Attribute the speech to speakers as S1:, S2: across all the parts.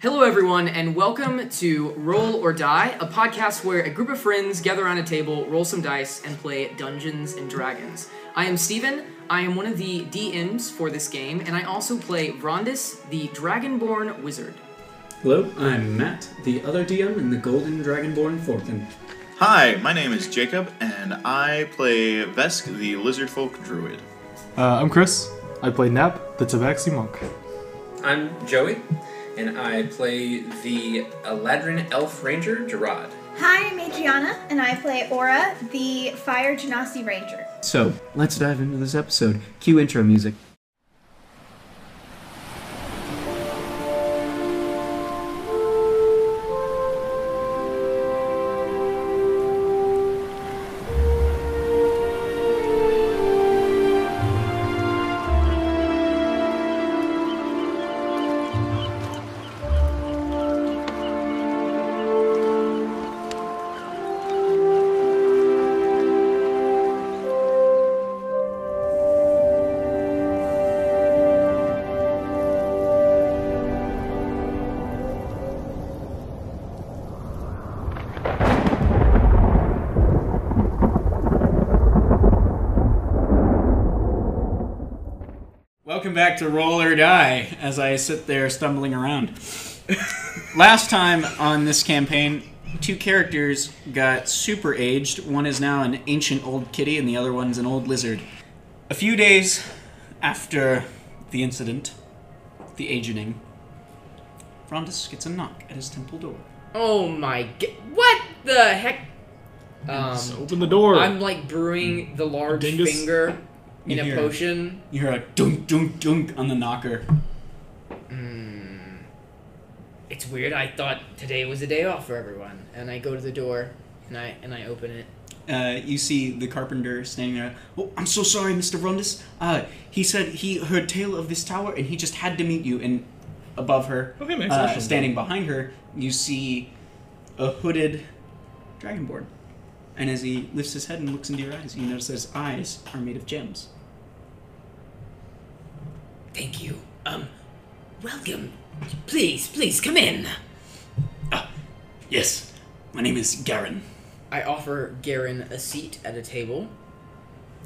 S1: Hello, everyone, and welcome to Roll or Die, a podcast where a group of friends gather on a table, roll some dice, and play Dungeons and Dragons. I am Steven. I am one of the DMs for this game, and I also play Vrondis, the Dragonborn Wizard.
S2: Hello, I'm Matt, the other DM in the Golden Dragonborn Forthin.
S3: Hi, my name is Jacob, and I play Vesk, the Lizardfolk Druid.
S4: Uh, I'm Chris. I play Nap, the Tabaxi monk.
S5: I'm Joey, and I play the Eladrin Elf Ranger, Gerard.
S6: Hi, I'm Adriana, and I play Aura, the Fire Genasi Ranger.
S7: So, let's dive into this episode. Cue intro music.
S8: Welcome back to Roll or Die as I sit there stumbling around. Last time on this campaign, two characters got super aged. One is now an ancient old kitty, and the other one's an old lizard. A few days after the incident, the agenting, Rondus gets a knock at his temple door.
S1: Oh my god. What the heck?
S4: So
S1: Um,
S4: open the door.
S1: I'm like brewing the large
S4: Dingus.
S1: finger in
S8: You
S1: a
S8: hear.
S1: potion.
S8: You hear a dunk, dunk, dunk on the knocker.
S1: Hmm. It's weird. I thought today was a day off for everyone, and I go to the door and I and I open it.
S8: uh, you see the carpenter standing there. Oh, I'm so sorry, Mr. Rondus. Uh, he said he heard tale of this tower, and he just had to meet you. And above her,
S4: Okay, man,
S8: uh,
S4: social.
S8: standing behind her, you see a hooded dragonborn. And as he lifts his head and looks into your eyes, you notice that his eyes are made of gems.
S1: Thank you. Um, welcome. Please, please come in.
S8: Yes, my name is Garen.
S1: I offer Garen a seat at a table.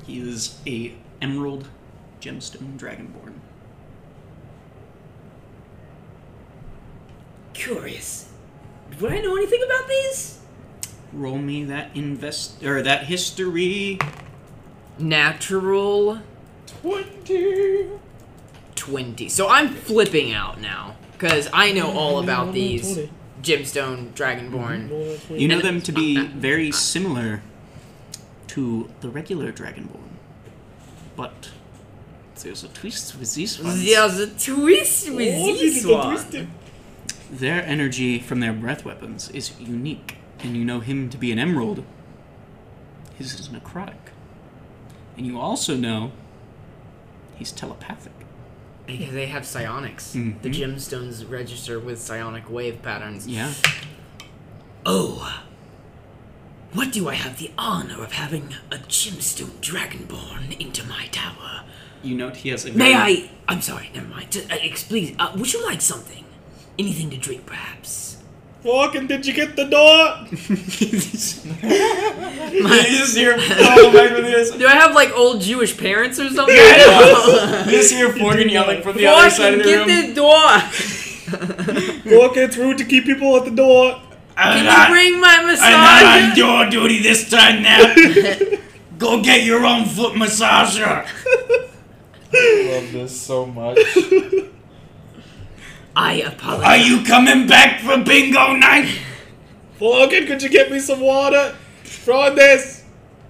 S8: He is a emerald gemstone dragonborn.
S1: Curious. Would I know anything about these?
S8: Roll me that invest or that history.
S1: Natural 20. So I'm flipping out now because I know all about these gemstone dragonborn.
S8: You know them to be very similar to the regular Dragonborn, but there's a twist with these ones.
S1: There's a twist with these one.
S8: Their energy from their breath weapons is unique, and you know him to be an emerald. His is necrotic. And you also know he's telepathic.
S1: Because they have psionics. The gemstones register with psionic wave patterns.
S8: Yeah.
S1: Oh, what do I have the honor of having a gemstone dragonborn into my tower?
S8: You note he has a
S1: May
S4: Mm.
S8: very-
S1: I? I'm sorry, never mind. Just, uh, ex- please, uh, would you like something? Anything to drink, perhaps?
S4: Fucking did you get the door?
S8: you just hear oh, back with this.
S1: Do I have like old Jewish parents or something?
S8: You just hear Forgan yelling from the other side
S1: Fucking
S8: of the room.
S1: get the door!
S4: Walking through to keep people at the door.
S1: Can you bring my massage?
S8: your duty this time, Nap. Go get your own foot massager.
S4: Love this so much.
S1: I apologize.
S8: you coming back for bingo night?
S4: Morgan, could you get me some water? Frondes!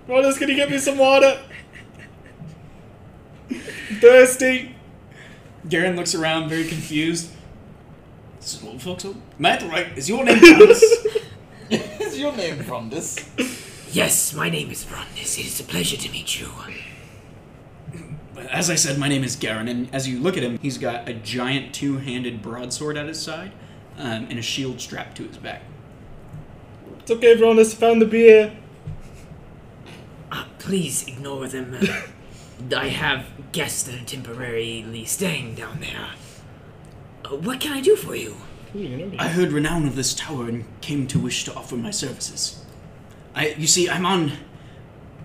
S4: Frondes, can you get me some water? Thirsty.
S8: Garen looks around, very confused. This is old folks home. Matt, right? Is your name Thomas?
S9: Is your name from this?
S1: Yes, my name is Brondis. It is a pleasure to meet you.
S8: As I said, my name is Garen, and as you look at him, he's got a giant two-handed broadsword at his side, um, and a shield strapped to his back.
S4: It's okay, Frondes, found the beer.
S1: Uh, please ignore them. Uh, I have guests that are temporarily staying down there. Uh, what can I do for you?
S8: I heard renown of this tower and came to wish to offer my services. I, you see, I'm on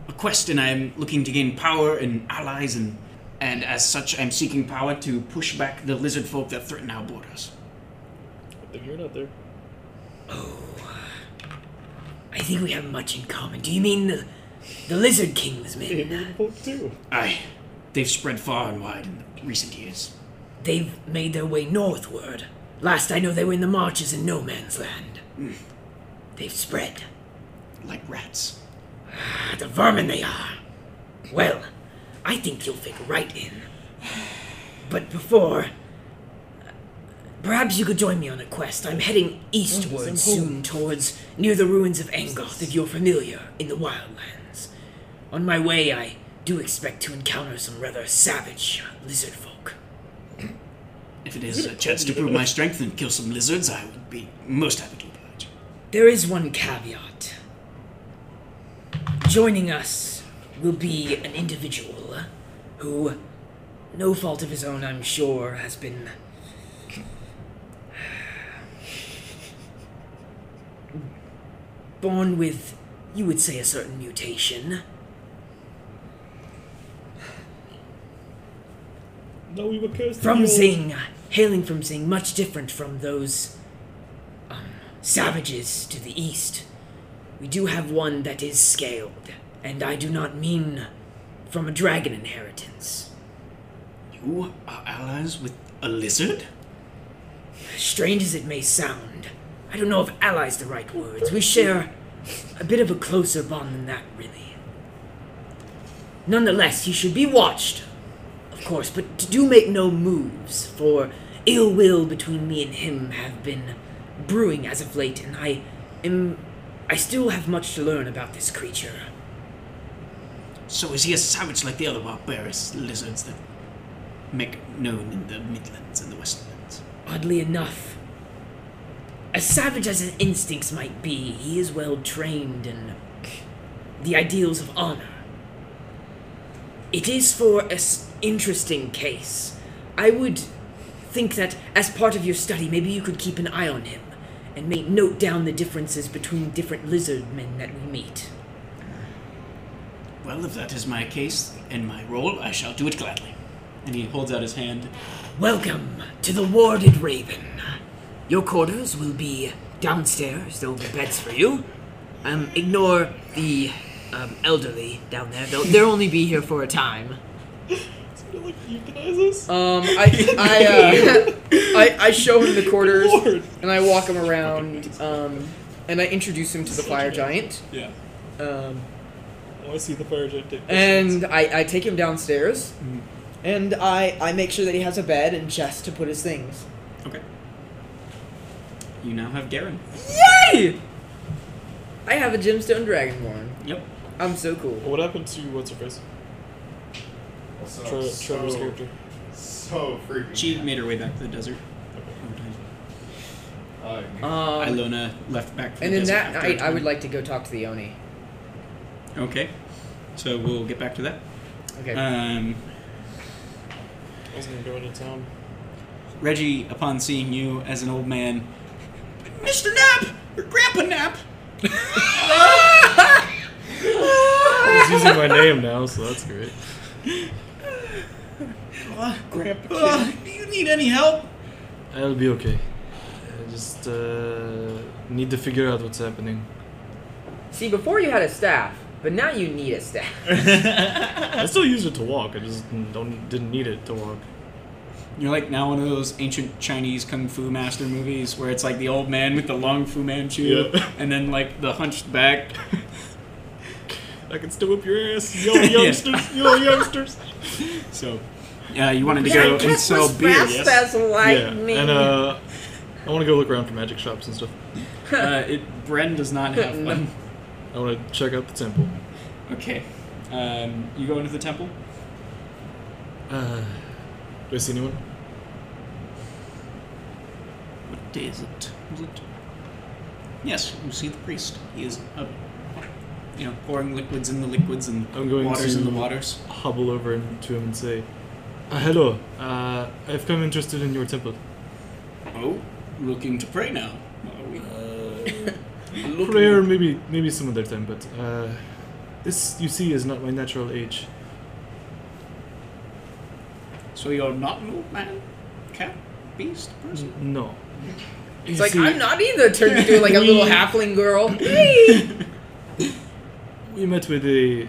S8: a quest and I'm looking to gain power and allies, and, and as such, I'm seeking power to push back the lizard folk that threaten our borders.
S4: You're not there.
S10: I think we have much in common. Do you mean the, the Lizard King's men?
S4: too.
S8: Aye, they've spread far and wide in the recent years.
S10: They've made their way northward. Last I know, they were in the marches in No Man's Land. They've spread.
S8: like rats.
S10: Ah, The vermin they are. Well, I think you'll fit right in. But before. Perhaps you could join me on a quest. I'm heading eastward soon towards near the ruins of Angoth, if you're familiar, in the wildlands. On my way, I do expect to encounter some rather savage lizard folk.
S8: If it is a chance to prove my strength and kill some lizards, I would be most happy to oblige.
S10: There is one caveat. Joining us will be an individual who, no fault of his own, I'm sure, has been. born with, you would say, a certain mutation.
S4: No, we were cursed. to
S10: From
S4: be
S10: Zing, hailing from Zing, much different from those um, savages to the east. We do have one that is scaled, and I do not mean from a dragon inheritance.
S8: You are allies with a lizard?
S10: Strange as it may sound, I don't know if ally's the right words. We share a bit of a closer bond than that, really. Nonetheless, you should be watched, of course, but do make no moves, for ill will between me and him have been brewing as of late, and I am. I still have much to learn about this creature.
S8: So is he a savage like the other barbarous lizards that make known in the Midlands and the Westlands?
S10: Oddly enough, as savage as his instincts might be, he is well trained in the ideals of honor. It is for an interesting case. I would think that as part of your study, maybe you could keep an eye on him and may note down the differences between different lizard men that we meet.
S8: Well, if that is my case and my role, I shall do it gladly. And he holds out his hand.
S10: Welcome to the Warded Raven. Your quarters will be downstairs. There will be beds for you. Um, ignore the um, elderly down there. They'll, they'll only be here for a time.
S4: Like euthanize us?
S1: Um, I I, uh, I I show him the quarters
S4: Lord.
S1: and I walk him around. Um, and I introduce him to the fire giant.
S4: Yeah.
S1: Um,
S4: I want to see the fire giant take Mm-hmm.
S1: and I, I take him downstairs, and I I make sure that he has a bed and chest to put his things.
S8: Okay. You now have Garen.
S1: Yay! I have a gemstone dragonborn.
S8: Yep.
S1: I'm so cool.
S4: What happened to what's her face?
S8: Oh,
S11: So,
S4: Tre- Trevor's character.
S11: So freaking.
S8: She made her way back to the desert.
S1: Um,
S8: Ilona left back for
S1: and
S8: the
S1: then
S8: desert.
S1: that
S8: after
S1: night, I
S8: time.
S1: would like to go talk to the Oni.
S8: Okay. So we'll get back to that.
S1: Okay.
S8: Um,
S4: I was gonna go into town.
S8: Reggie, upon seeing you as an old man, Mr. Nap! Or Grandpa Nap!
S4: He's using my name now, so that's great.
S8: Uh, uh, do you need any help?
S4: I'll be okay. I just uh, need to figure out what's happening.
S1: See, before you had a staff, but now you need a staff.
S4: I still use it to walk. I just don't didn't need it to walk.
S8: You're like now one of those ancient Chinese kung fu master movies where it's like the old man with the long Fu Manchu
S4: Yeah.
S8: and then like the hunched back.
S4: I can still whip your ass, yo
S8: Yeah.
S4: youngsters, yo youngsters.
S8: So, yeah, you wanted to
S4: Yeah,
S8: go and
S4: Christmas
S8: sell beer. yes?
S1: like
S4: yeah, and uh, I want to go look around for magic shops and stuff.
S8: Uh, it, Bren does not have
S1: No.
S8: one.
S4: I want to check out the temple.
S8: Okay. Um, you go into the temple?
S4: Uh, do I see anyone?
S8: What day is it? Is it? Yes, you see the priest. He is up, you know, pouring liquids in the liquids and
S4: I'm going
S8: waters
S4: to
S8: in the waters.
S4: hobble over and- to him and say, uh, "Hello, uh, I've come interested in your temple.
S8: Oh, looking to pray now. Are we-
S4: Uh, Prayer, maybe, maybe some other time. But uh, this, you see, is not my natural age.
S8: So you're not an old man, cat, beast, person?
S4: No.
S12: It's
S4: You
S12: like
S4: see-
S12: I'm not either. Turned into like a little
S4: We-
S12: halfling girl. Hey!
S4: We met with a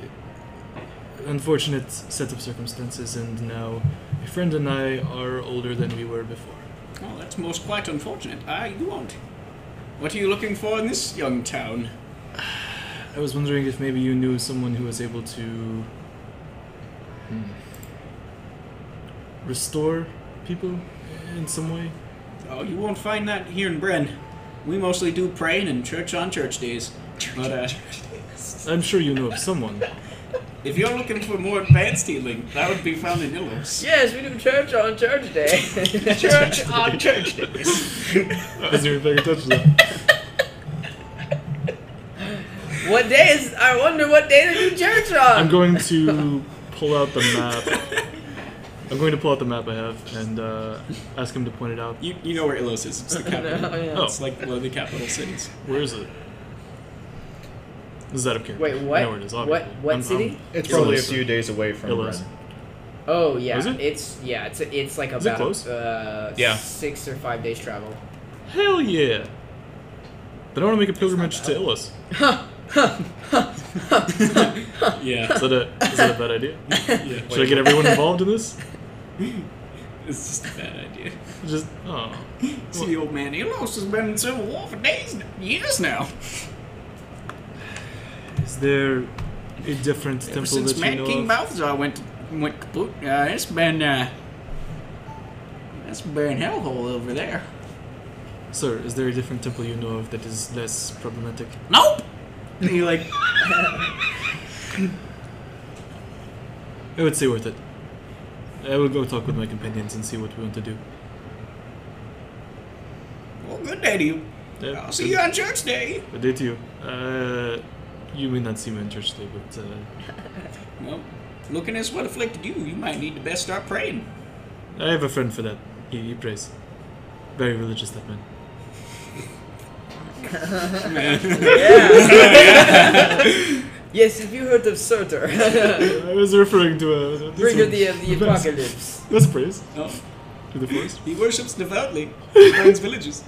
S4: unfortunate set of circumstances, and now a friend and I are older than we were before.
S8: Oh, that's most quite unfortunate. I do want. What are you looking for in this young town?
S4: I was wondering if maybe you knew someone who was able to hmm, restore people in some way.
S8: Oh, you won't find that here in Bren. We mostly do praying and church on church days. But uh,
S4: I'm sure you know of someone.
S8: if you're looking for more advanced healing, that would be found in Illos.
S10: Yes, we do church on church day.
S8: Church on church days.
S4: Is there a touch that?
S10: What day is? I wonder what day they do church
S4: I'm
S10: on.
S4: going to pull out the map. I'm going to pull out the map I have and uh, ask him to point it out.
S8: You, you know where Illos is. It's the capital.
S10: yeah.
S4: Oh.
S8: It's like one of the capital cities.
S4: Where is it? This is out of character.
S12: Wait,
S4: I
S12: what?
S4: know where it is,
S12: What-
S4: obviously.
S12: what
S4: I'm-
S12: city?
S4: I'm-
S3: It's probably a
S4: Illis.
S3: few days away from
S4: Illis.
S3: Bren.
S12: Oh yeah,
S4: Is it?
S12: it's yeah, it's it's like
S4: Is it
S12: about
S4: close?
S12: uh
S3: Yeah.
S12: six or five days travel.
S4: Hell yeah! Then I want to make a pilgrimage to Illis.
S8: Yeah.
S4: Is that a, is that a bad idea?
S8: yeah.
S4: Should I get everyone involved in this?
S8: It's just a bad idea.
S4: Just oh,
S8: See, old man Illos has been in civil war for days, years now.
S4: is there a different
S8: Ever
S4: temple
S8: since
S4: that you
S8: Mad
S4: know
S8: King
S4: of?
S8: Balthazar went went kaput, uh, it's been uh, it's been hellhole over there.
S4: Sir, is there a different temple you know of that is less problematic?
S8: Nope. And he like
S4: I would say worth it. I will go talk with my companions and see what we want to do.
S8: Well, good day to you.
S4: Uh,
S8: I'll see you on church day.
S4: Good day to you. Uh, you may not see me on church today, but uh,
S8: Well, looking as what afflicted you, you might need to best start praying.
S4: I have a friend for that. He, he prays. Very religious, that man.
S10: Yes, have you heard of Surtur?
S4: I was referring to uh, a.
S10: Bringer of
S12: uh,
S10: the, of the
S4: Let's-
S10: apocalypse.
S4: Let's praise
S8: No,
S4: to the forest.
S8: he worships devoutly. He burns villages.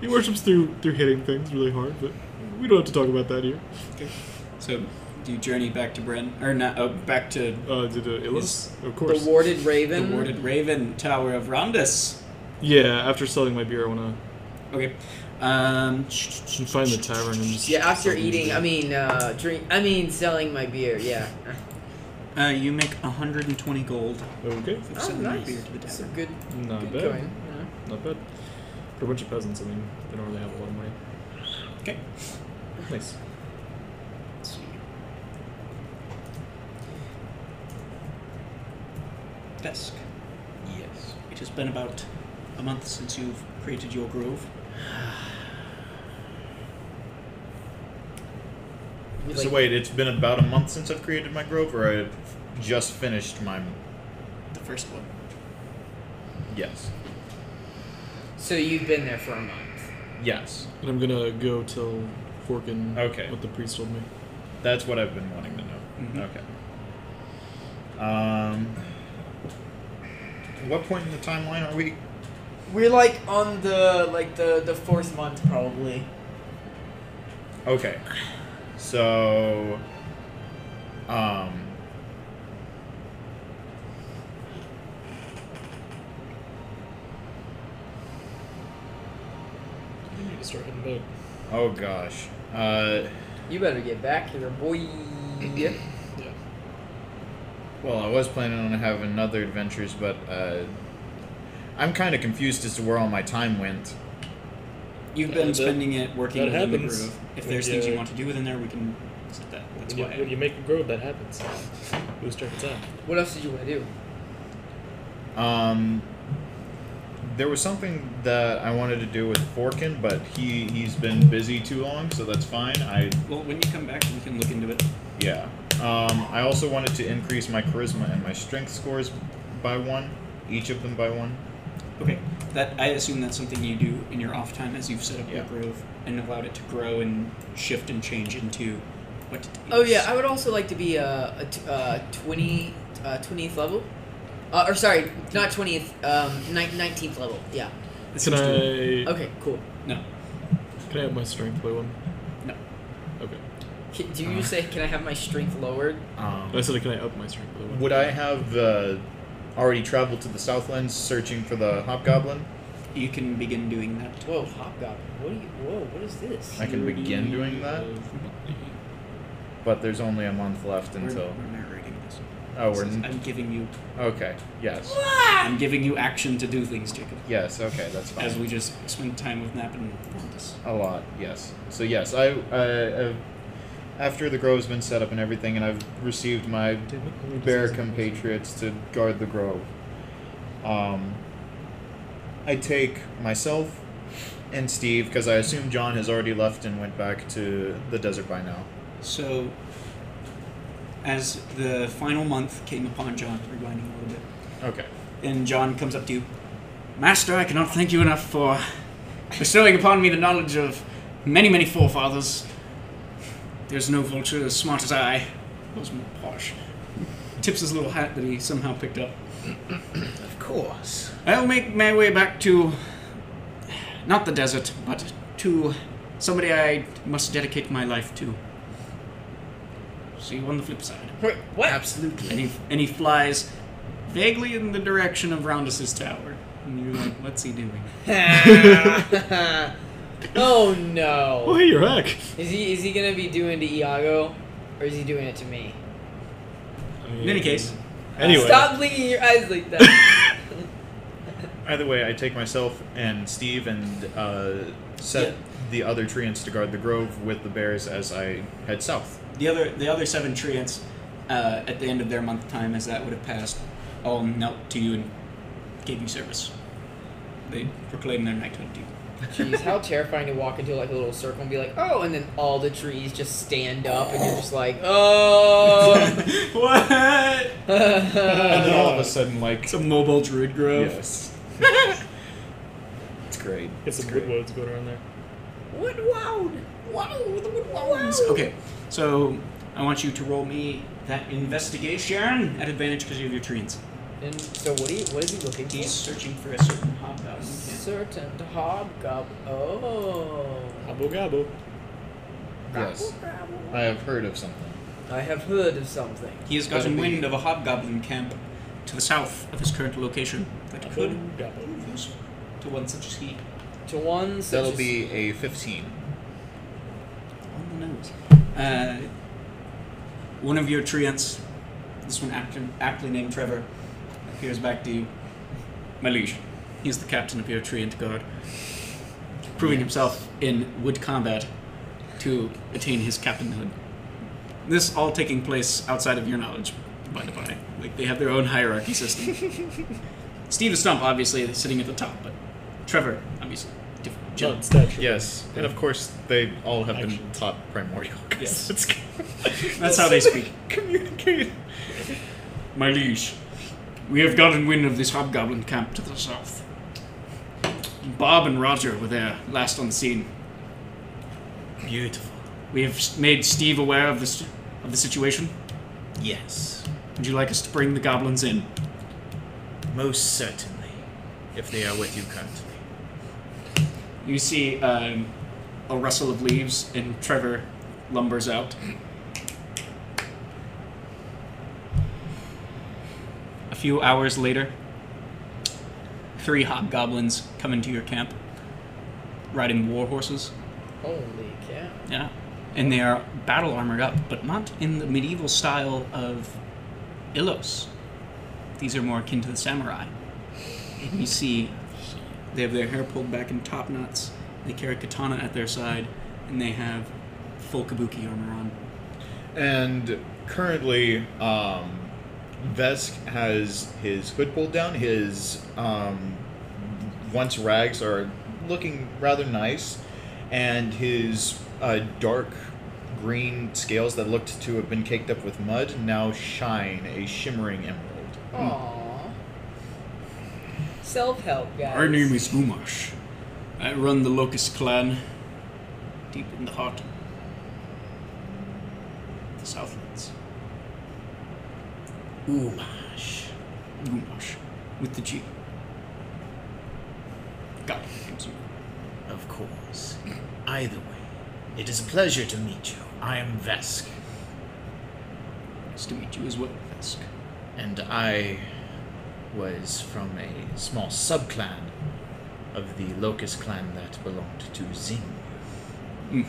S4: He worships through through hitting things really hard, but we don't have to talk about that here.
S8: So, do you journey back to Bren or not? Uh, back to
S4: Uh, did uh,
S8: Yes.
S4: Illis? Of
S12: The
S4: course.
S12: warded
S8: the
S12: raven.
S8: warded Raven Tower of Rondus.
S4: yeah, after selling my beer, I want
S8: Okay. Um,
S4: to find the tavern and just.
S12: Yeah, after eating, I mean, uh, drink. I mean, selling my beer. Yeah.
S8: uh, you make 120 gold.
S4: Okay.
S8: for
S12: Oh,
S8: selling your
S12: nice.
S8: beer to the
S12: That's a
S8: tavern.
S12: good,
S4: Not
S12: good coin.
S4: bad.
S12: you
S13: Uh-huh.
S12: know.
S4: Not bad. For a bunch of peasants, I mean, they don't really have a lot of money.
S8: Okay.
S4: Nice.
S8: Desk.
S3: Yes.
S8: It has been about a month since you've created your grove.
S12: You,
S3: So
S12: like,
S3: wait, it's been about a month since I've created my grove, or I've just finished my.
S8: The first one.
S3: Yes.
S12: So you've been there for a month.
S3: Yes.
S4: And I'm gonna go till Forkin.
S3: Okay.
S4: What the priest told me.
S3: That's what I've been wanting to know.
S10: Mm-hmm.
S8: Mhm.
S3: Okay. Um. What point in the timeline are we?
S10: We're like on the like the the fourth month probably.
S3: Okay. So. Um.
S4: You need to start heading back.
S3: Oh gosh. Uh.
S12: You better get back here, boy. Yeah.
S3: Well, I was planning on having another adventures, but uh, I'm kind of confused as to where all my time went.
S8: You've
S4: Yeah,
S8: been
S4: that-
S8: spending it working
S4: that
S8: within
S4: happens.
S8: the grove. If
S4: When
S8: there's things you
S4: you-
S8: want to do within there, we can set that. That's why. I-
S4: make a grove, that happens. Lose track of time.
S12: What else did you want to do?
S3: Um, there was something that I wanted to do with Forkin, but he he's been busy too long, so that's fine. I
S8: well, when you come back, we can look into it.
S3: yeah. Um, I also wanted to increase my charisma and my strength scores by one, each of them by one.
S8: Okay. that I assume that's something you do in your off time as you've set up your grove and allowed it to grow and shift and change into what it
S13: Oh
S8: is.
S13: yeah, I would also like to be a, a t- uh, 20, uh, 20th level. Uh, or sorry, not 20th, um, nine- 19th level. Yeah.
S4: That Can seems to- I-
S13: Okay, cool.
S8: No.
S4: Can I have my strength by one?
S8: No.
S4: Okay.
S13: Can, do you say, can I have my strength lowered?
S3: Um,
S4: I said, can I up my strength by one?
S3: Would I have uh, already traveled to the Southlands searching for the Hobgoblin?
S8: You can begin doing that.
S13: Whoa, Hobgoblin. What are you, whoa, what is this?
S3: I can begin doing that, but there's only a month left
S8: We're-
S3: until.
S8: we're narrating this.
S3: Oh,
S8: This
S3: we're.
S8: is- I'm giving you.
S3: Okay. Yes.
S8: I'm giving you action to do things, Jacob.
S3: Yes. Okay. That's fine.
S8: As we just spend time with Nap and Rondas.
S3: A lot, yes. So yes, I, I, I after the grove's been set up and everything, and I've received my bear compatriots to guard the grove. Um, I take myself and Steve because I assume John has already left and went back to the desert by now.
S8: So, as the final month came upon John, rewinding a little bit.
S3: Okay.
S8: And John comes up to you, Master, I cannot thank you enough for bestowing upon me the knowledge of many, many forefathers. There's no vulture as smart as I. That was more posh. Tips his little hat that he somehow picked up.
S5: Of course.
S8: I'll make my way back to not the desert, but to somebody I must dedicate my life to. See you on the flip side.
S13: What?
S8: Absolutely. And he, and he flies vaguely in the direction of Roundus's tower. And you're like, what's he doing?
S13: oh no.
S4: Oh, hey, you're back.
S13: Is he is he gonna be doing to Iago, or is he doing it to me?
S8: In any case,
S3: Anyway.
S13: Stop blinking your eyes like that.
S3: Either way, I take myself and Steve and uh, set the other treants to guard the grove with the bears as I head south.
S8: the other the other seven treants, uh, at the end of their month time, as that would have passed, all knelt to you and gave you service. They proclaimed their knighthood to you.
S13: Jeez, how terrifying to walk into like a little circle and be like, oh, and then all the trees just stand up, and you're just like, oh.
S8: what?
S3: and then all of a sudden, like it's
S8: a mobile druid grove.
S3: Yes, it's great.
S4: It's some woodwoods going around there.
S13: Woodwound. Wow, the woodwound.
S8: Okay, so I want you to roll me that investigation at advantage because you have your treants.
S13: And so what do you what is he looking
S8: He's
S13: for?
S8: searching for a certain hobgoblin.
S13: Certain hobgob. Oh.
S4: Gobble gobble.
S3: Yes, I have heard of something.
S13: I have heard of something.
S8: He has gotten wind of a hobgoblin camp to the south of his current location that could lose to one such as he.
S13: To one such
S3: That'll
S13: as-
S3: be a fifteen.
S8: On the nose. Uh, one of your treants, this one apt, aptly named Trevor, appears back to you. My liege. He's the captain of your treant guard, proving himself in wood combat to attain his captainhood. This all taking place outside of your knowledge, by the by. Like, they have their own hierarchy system. Steve and Stump, obviously, is sitting at the top, but Trevor, obviously, different.
S4: Not stature.
S3: Yes, and of course they all have been taught primordial.
S8: Yes.
S3: That's,
S8: That's how they speak.
S3: Communicate.
S8: My liege, we have gotten wind of this hobgoblin camp to the south. Bob and Roger were there last on the scene. Beautiful. We have s- made Steve aware of this of the situation.
S5: Yes,
S8: Would you like us to bring the goblins in?
S5: most certainly. If they are with you currently.
S8: You see um, a rustle of leaves, and Trevor lumbers out. A few hours later, three hobgoblins come into your camp, riding war horses.
S13: Holy cow.
S8: Yeah. And they are battle armored up, but not in the medieval style of Ilos. These are more akin to the samurai. And you see they have their hair pulled back in top knots, they carry katana at their side, and they have full kabuki armor on.
S3: And currently, um, Vesk has his hood pulled down. His um, once rags are looking rather nice, and his uh, dark green scales that looked to have been caked up with mud now shine a shimmering emerald.
S13: Aww.
S10: self help, guys.
S8: Our name is Umash. I run the Locust Clan deep in the heart of the Southlands. Umash. Umash. With the G. God,
S3: Of course. Either way, it is a pleasure to meet you. I am Vesk.
S8: Nice to meet you as well, Vesk.
S3: And I was from a small subclan of the Locust clan that belonged to Zing.
S8: Mm.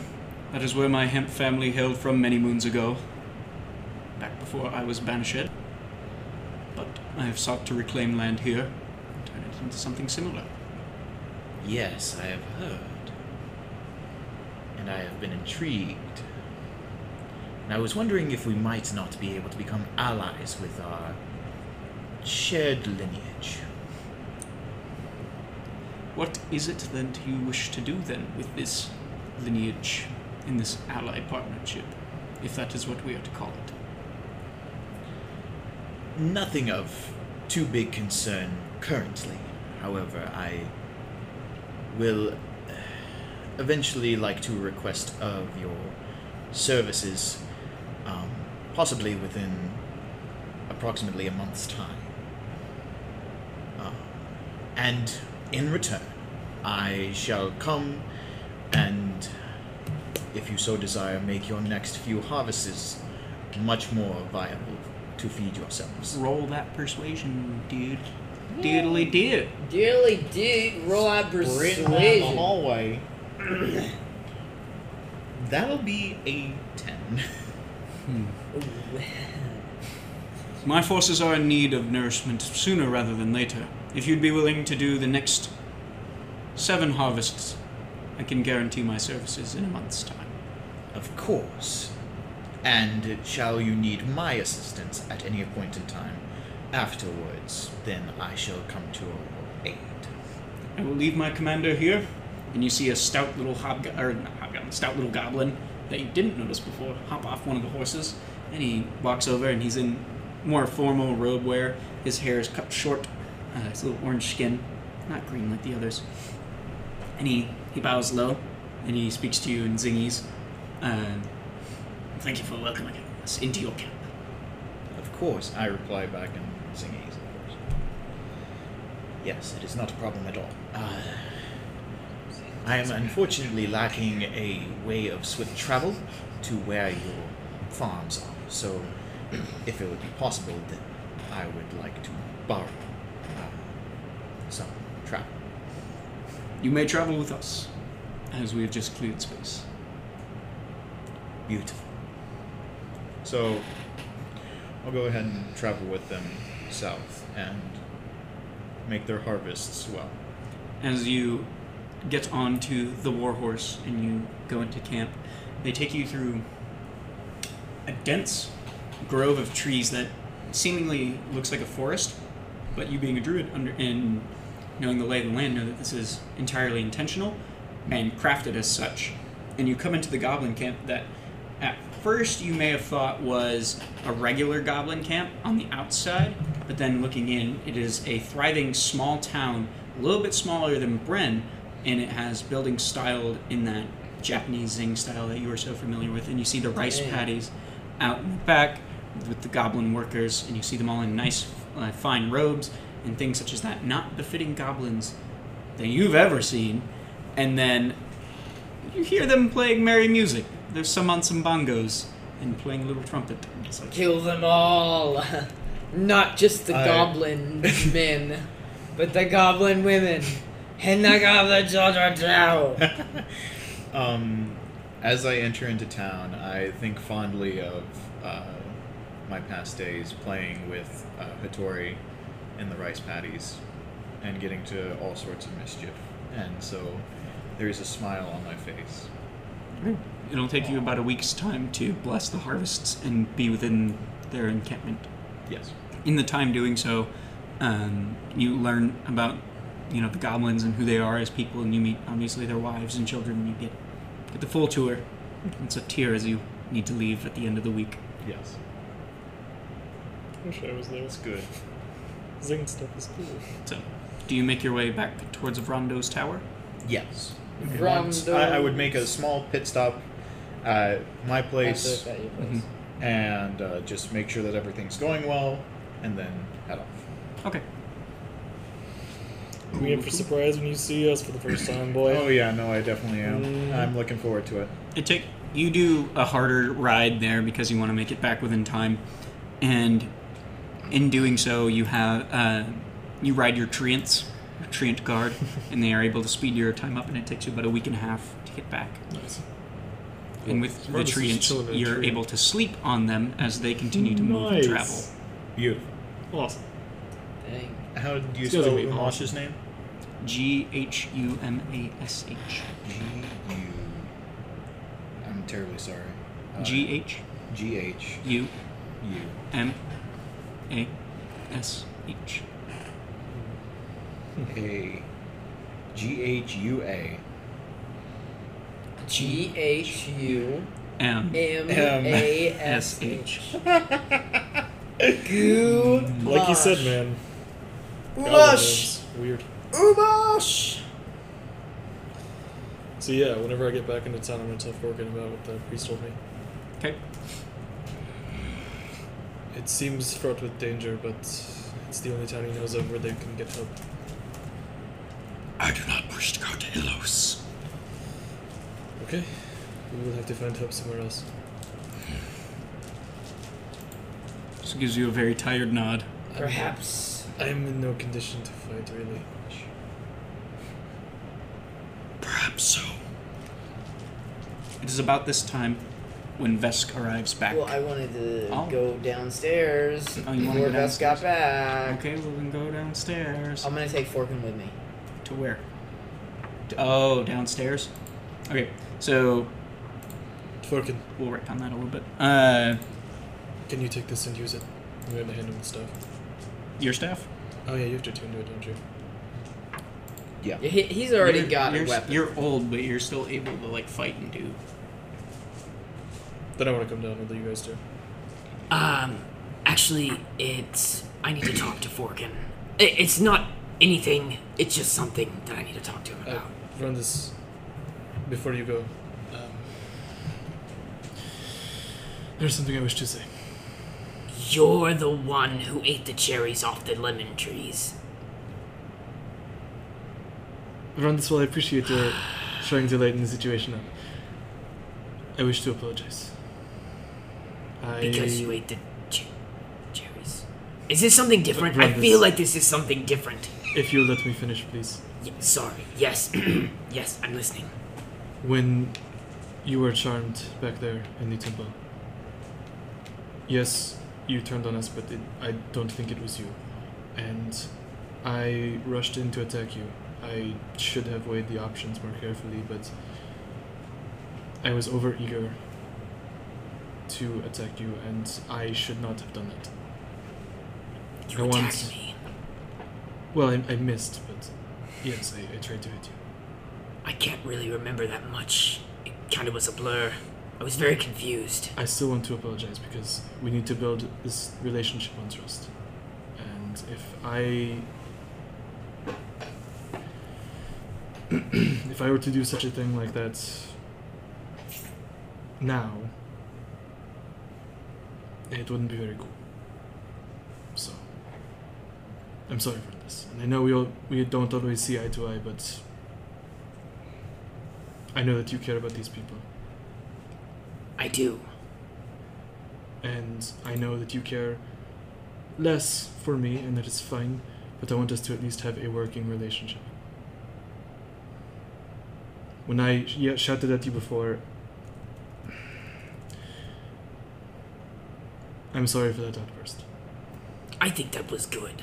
S8: That is where my hemp family hailed from many moons ago, back before I was banished. But I have sought to reclaim land here and turn it into something similar.
S3: Yes, I have heard. And I have been intrigued. And I was wondering if we might not be able to become allies with our shared lineage.
S8: What is it that you wish to do then with this lineage in this ally partnership, if that is what we are to call it?
S3: Nothing of too big concern currently. However, I will uh, eventually like to request of your services, um, possibly within approximately a month's time. Uh, and in return, I shall come and, if you so desire, make your next few harvests much more viable to feed yourselves.
S8: Roll that persuasion, dude. Doodly doo.
S10: Dearly dude, roll out
S14: Sprint
S10: persuasion.
S14: down the hallway. That'll be a ten.
S8: My forces are in need of nourishment sooner rather than later. If you'd be willing to do the next seven harvests, I can guarantee my services in a month's time.
S3: Of course. And shall you need my assistance at any appointed time afterwards, then I shall come to your aid.
S8: I will leave my commander here, and you see a stout little hobgoblin, or not hobgoblin, stout little goblin that you didn't notice before hop off one of the horses, and he walks over, and he's in more formal robe wear. His hair is cut short, uh, his little orange skin, not green like the others. And he, he bows low, and he speaks to you in Zingies. Uh, Thank you for welcoming us into your camp.
S3: Of course, I reply back in Zingese, of course. Yes, it is not a problem at all. Uh, I am unfortunately lacking a way of swift travel to where your farms are, so if it would be possible, then I would like to borrow uh, some travel.
S8: You may travel with us, as we have just cleared space.
S3: Beautiful.
S14: So, I'll go ahead and travel with them south and make their harvests well.
S8: As you get onto the warhorse and you go into camp, they take you through a dense grove of trees that seemingly looks like a forest, but you being a druid under and knowing the lay of the land know that this is entirely intentional and crafted as such. And you come into the goblin camp that at first you may have thought was a regular goblin camp on the outside, but then looking in, it is a thriving small town, a little bit smaller than Bren, and it has buildings styled in that Japanese zing style that you are so familiar with. And you see the rice
S10: Oh, Yeah.
S8: paddies out in the back with the goblin workers, and you see them all in nice, uh, fine robes and things such as that, not befitting goblins that you've ever seen. And then you hear them playing merry music. There's some on some bongos and playing a little trumpet. It's like,
S10: Kill them all. Not just the
S8: I-
S10: goblin men, but the goblin women. And the goblin children too.
S14: Um, as I enter into town, I think fondly of uh, my past days playing with uh, Hattori and the rice paddies and getting to all sorts of mischief. And so there's a smile on my face.
S8: It'll take you about a week's time to bless the harvests and be within their encampment.
S14: Yes.
S8: In the time doing so, um, you learn about you know the goblins and who they are as people, and you meet obviously their wives and children. And you get get the full tour. It's a tier as you need to leave at the end of the week.
S14: Yes.
S4: Wish I was there. It's
S14: good.
S4: Zing stuff is cool.
S8: So do you make your way back towards Vrondo's tower?
S3: Yes.
S8: Okay.
S1: Um,
S3: Once, I, I would make a small pit stop at my place,
S13: At the- at your place.
S3: and uh, just make sure that everything's going well, and then head off.
S8: Okay.
S4: Are we in for surprise when you see us for the first time, boy?
S3: Oh yeah, no, I definitely am.
S4: Mm.
S3: I'm looking forward to it.
S8: It take you do a harder ride there because you want to make it back within time, and in doing so, you have uh, you ride your treants, your treant guard, and they are able to speed your time up, and it takes you about a week and a half to get back.
S4: Nice.
S8: And with the
S4: Well, this is chill of a
S8: treants, you're
S4: treant.
S8: able to sleep on them as they continue to move and travel.
S4: Nice.
S3: Beautiful.
S4: Awesome.
S13: Dang.
S3: How do you
S8: It's gonna
S3: spell
S8: be
S3: Umash's name?
S8: G H U M A S H.
S3: I'm terribly sorry. Uh,
S8: G H
S3: G H
S8: U
S3: U.
S8: M A S H.
S3: A G H U A
S13: G H U
S8: M
S13: M
S3: M
S13: A S
S8: S
S13: H.
S8: H.
S13: Goo.
S4: Like you said, man. Goblin
S13: Mush.
S4: names. Weird.
S13: Umash.
S4: So yeah, whenever I get back into town, I'm gonna tell Forkin about what the priest told me.
S8: Okay.
S4: It seems fraught with danger, but it's the only town he knows of where they can get help.
S15: I do not wish to go to Ilos.
S4: Okay, we will have to find help somewhere else.
S8: This gives you a very tired nod.
S13: Perhaps.
S4: I am in no condition to fight, really.
S8: Perhaps so. It is about this time when Vesk arrives back.
S13: Well, I wanted to
S8: Oh.
S13: go downstairs
S8: Oh, you wanna
S13: before
S8: go
S13: Beth got back.
S8: okay, well then go downstairs.
S13: I'm gonna take Forkin with me.
S8: to where? D- Oh, downstairs. Okay, so
S4: Forkin,
S8: we'll write down that a little bit. Uh,
S4: can you take this and use it? I'm gonna hand him the stuff.
S8: your staff.
S4: Oh yeah, you have to tune to it, don't you?
S3: Yeah.
S13: Yeah, he, he's already
S8: You're-
S13: got
S8: you're,
S13: a
S8: s-
S13: weapon.
S8: You're old, but you're still able to like fight and do.
S4: Then I want to come down with you guys too.
S10: Um, actually, it's. I need to talk to Forkin. It, it's not anything, it's just something that I need to talk to him
S4: Uh,
S10: about.
S4: run this before you go. Um, there's something I wish to say.
S10: You're the one who ate the cherries off the lemon trees.
S4: Randis, while I appreciate your trying to lighten the situation up, I wish to apologize. I...
S10: Because you ate the che- cherries. Is this something different? I
S4: Randis.
S10: feel like this is something different.
S4: If you'll let me finish, please.
S10: Y- sorry. Yes. yes, I'm listening.
S4: When you were charmed back there in the temple, yes, you turned on us, but it, I don't think it was you. And I rushed in to attack you. I should have weighed the options more carefully, but I was overeager to attack you, and I should not have done that.
S10: You
S4: I
S10: attacked
S4: want-
S10: me.
S4: Well, I, I missed, but yes, I, I tried to hit you.
S10: I can't really remember that much. It kind of was a blur. I was very confused.
S4: I still want to apologize because we need to build this relationship on trust. And if I. if I were to do such a thing like that now, it wouldn't be very cool. So. I'm sorry for this. And I know we, all, we don't always see eye to eye, but. I know that you care about these people.
S10: I do.
S4: and I know that you care less for me, and that is fine, but I want us to at least have a working relationship. When I sh- yeah, shouted at you before, I'm sorry for that outburst.
S10: I think that was good.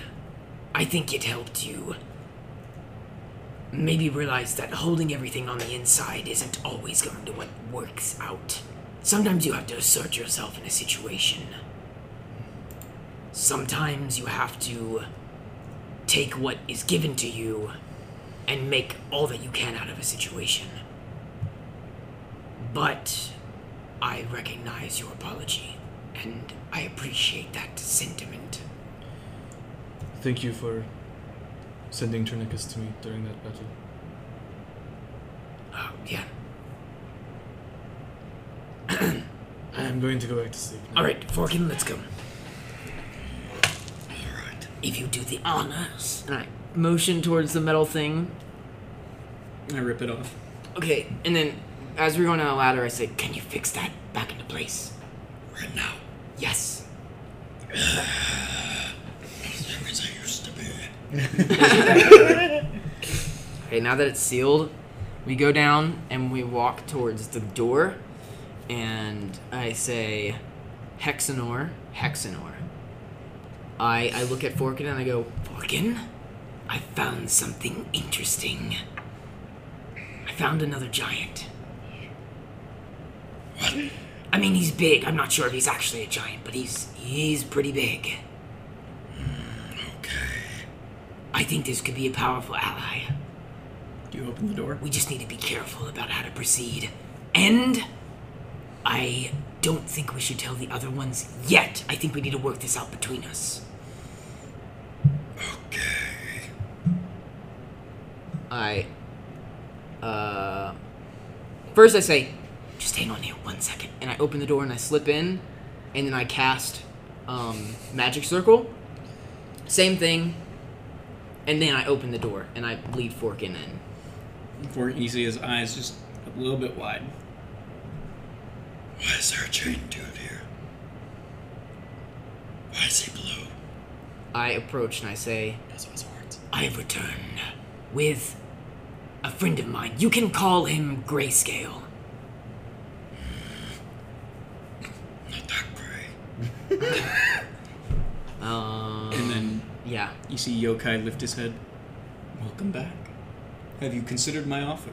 S10: I think it helped you maybe realize that holding everything on the inside isn't always going to what works out. Sometimes you have to assert yourself in a situation. Sometimes you have to take what is given to you and make all that you can out of a situation. But I recognize your apology, and I appreciate that sentiment.
S4: Thank you for
S16: sending Turnicus to me during that battle.
S1: Oh, yeah.
S16: I am going to go back to sleep. now.
S1: All right, Forkin, let's go. All right. If you do the honors, and I motion towards the metal thing.
S8: I rip it off.
S1: Okay, and then as we're going down the ladder, I say, "Can you fix that back into place right now?" Yes.
S10: as I used to be.
S1: okay, now that it's sealed, we go down and we walk towards the door, and I say, Hexenor, Hexenor. I, I look at Forkin and I go, Forkin, I found something interesting. I found another giant. I mean, he's big. I'm not sure if he's actually a giant, but he's he's pretty big. I think this could be a powerful ally.
S8: Do you open the door?
S1: We just need to be careful about how to proceed. And I don't think we should tell the other ones yet. I think we need to work this out between us. I. Uh. First, I say, just hang on here one second. And I open the door and I slip in, and then I cast um, Magic Circle. Same thing. And then I open the door and I lead Forkin in.
S8: Before you see his eyes just a little bit wide.
S10: Why is there a chain to it here? Why is he blue?
S1: I approach and I say, I have returned with a friend of mine. You can call him Grayscale. Um,
S8: and then
S1: yeah,
S8: you see Yokai lift his head. Welcome back. Have you considered my offer?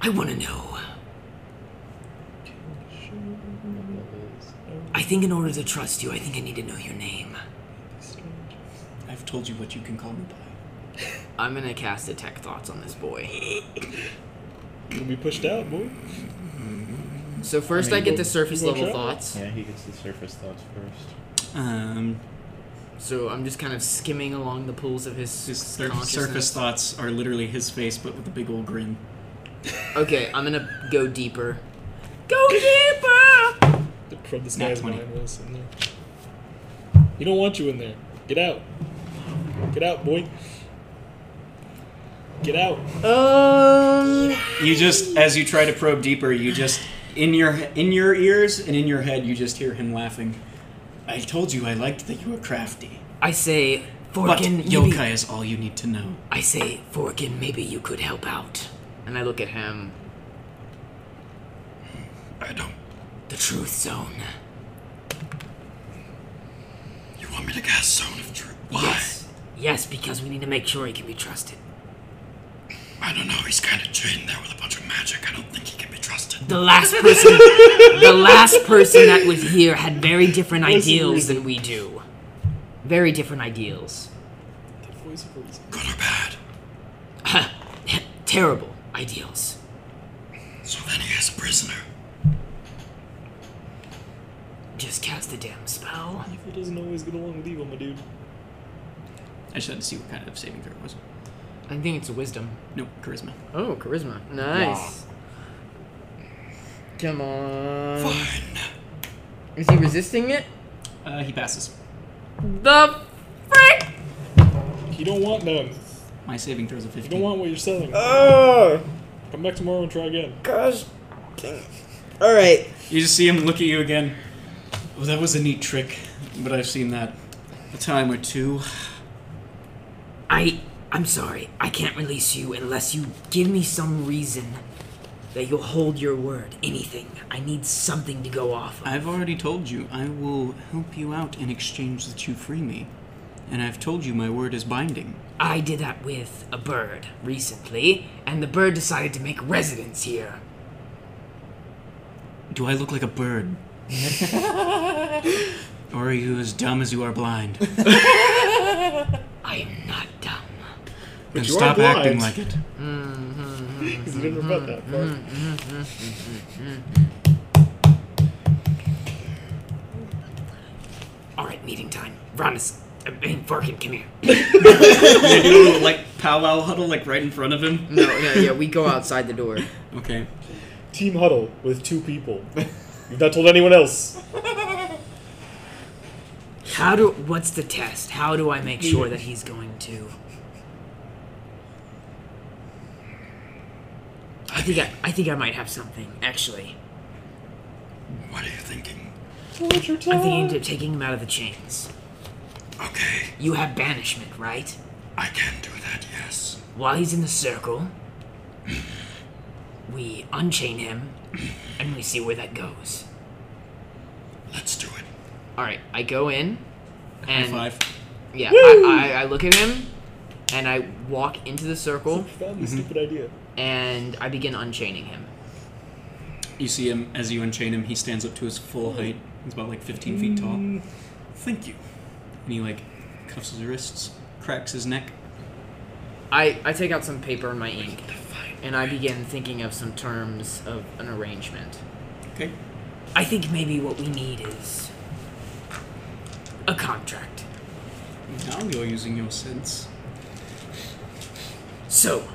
S1: I want to know. I think in order to trust you, I think I need to know your name.
S8: I've told you what you can call me by.
S1: I'm gonna cast Detect Thoughts on this boy.
S4: You'll be pushed out, boy.
S1: So first, I,
S3: mean,
S1: get
S3: we'll-
S1: the surface
S3: we'll
S1: level
S3: try.
S1: thoughts.
S3: Yeah, he gets the surface thoughts first.
S8: Um,
S1: So I'm just kind of skimming along the pools of his,
S8: Their
S1: consciousness.
S8: surface thoughts are literally his face, but with a big old grin.
S1: Okay, I'm gonna go deeper.
S4: Go
S1: deeper!
S4: The probe this
S8: Nat
S4: guy's
S8: 20.
S4: mind was in there. He don't want you in there. Get out. Get out, boy. Get out.
S1: Uh,
S8: you just, as you try to probe deeper, you just in your in your ears and in your head, you just hear him laughing. I told you I liked that you were crafty.
S1: I say,
S8: but
S1: Forkin, you
S8: yokai
S1: be-
S8: is all you need to know.
S1: I say, Forkin, maybe you could help out. And I look at him.
S10: I don't.
S1: The truth zone.
S10: You want me to cast Zone of Truth? Why?
S1: Yes. Yes, because we need to make sure he can be trusted.
S10: I don't know. He's kind of chained there with a bunch of magic. I don't think he can be trusted.
S1: The last person, the last person that was here had very different
S10: Voice of
S1: ideals
S10: reason.
S1: than we do. Very different ideals.
S10: Good or bad?
S1: Terrible ideals.
S10: So then he is a prisoner.
S1: Just cast the damn spell.
S4: Evil doesn't always get along with evil, my dude.
S8: I just had to see what kind of saving throw it was.
S1: I think it's wisdom.
S8: Nope, charisma.
S1: Oh, charisma. Nice. Come on. Is he resisting it?
S8: Uh, he passes.
S1: The frick!
S4: You don't want none.
S8: My saving throws a
S4: You
S8: 15.
S4: don't want what you're selling.
S8: Oh!
S4: Come back tomorrow and try again.
S1: Gosh. All right.
S8: You just see him look at you again. Well, that was a neat trick, but I've seen that a time or two.
S1: I I'm sorry. I can't release you unless you give me some reason that you'll hold your word. Anything. I need something to go off of.
S8: I've already told you I will help you out in exchange that you free me, and I've told you my word is binding.
S1: I did that with a bird recently, and the bird decided to make residence here.
S8: Do I look like a bird,
S1: I
S8: or are you as dumb as you are blind?
S1: am not dumb.
S8: Then stop acting like it.
S1: Because
S4: you didn't rebut that
S1: part. All right, meeting time. Ronis, Hey, Varkin, come here.
S8: they do a little, like powwow huddle like right in front of him.
S10: No, no, yeah, we go outside the door.
S8: Okay.
S3: Team huddle with two people. You've not told anyone else.
S1: How do? What's the test? How do I make sure that he's going to? I think I, I think I might have something actually.
S17: What are you thinking?
S3: What's your
S1: I'm thinking of taking him out of the chains. Okay. You have banishment, right?
S17: I can do that, yes.
S1: While he's in the circle, we unchain him, and we see where that goes.
S17: Let's do it.
S1: All right, I go in, and
S8: five.
S1: yeah,
S3: Woo!
S1: I, I, I look at him, and I walk into the circle,
S3: Found this stupid idea.
S1: and I begin unchaining him.
S8: You see him as you unchain him. He stands up to his full height. He's about like 15 feet tall. Mm, Thank you. And he like cuffs his wrists, cracks his neck.
S1: I, I take out some paper and my ink, and I begin thinking of some terms of an arrangement.
S8: Okay.
S1: I think maybe what we need is a contract.
S8: Now you're using your sense.
S1: So,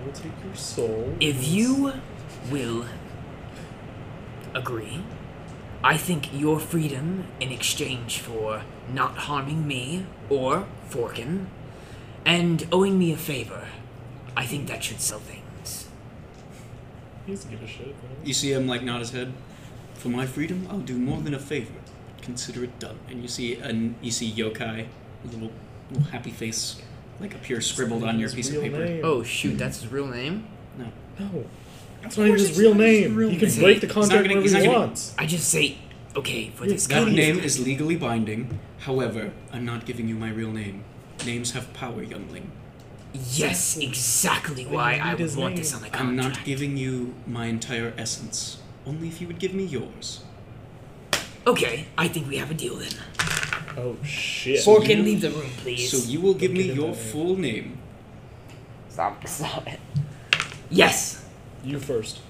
S3: I will take your soul.
S1: if you will agree, I think your freedom in exchange for not harming me or Forkin and owing me a favor, I think that should sell things.
S3: He doesn't give a shit.
S8: You see him like nod his head. For my freedom, I'll do more than a favor. Consider it done. And you see an you see yokai, a little, little happy face, like appear scribbled on your
S3: His
S8: piece of
S3: real
S8: paper.
S3: name.
S1: Oh shoot, that's his real name?
S8: No.
S3: No. That's not even his real name. he can
S8: name.
S3: break the
S8: He's not
S3: contract
S8: gonna-
S3: whenever
S8: he's
S3: he
S8: not gonna-
S3: wants.
S1: I just say, okay, for
S3: Yeah,
S1: this
S8: That
S1: guy.
S8: name is legally binding. However, I'm not giving you my real name. Names have power, youngling.
S1: Yes, exactly why I would want this on the
S8: I'm
S1: contract.
S8: not giving you my entire essence. Only if you would give me yours.
S1: Okay, I think we have a deal then.
S3: Oh shit.
S1: Forkin, leave the room, please.
S8: So you will give me your full name.
S1: Stop, stop it. Yes.
S3: You first.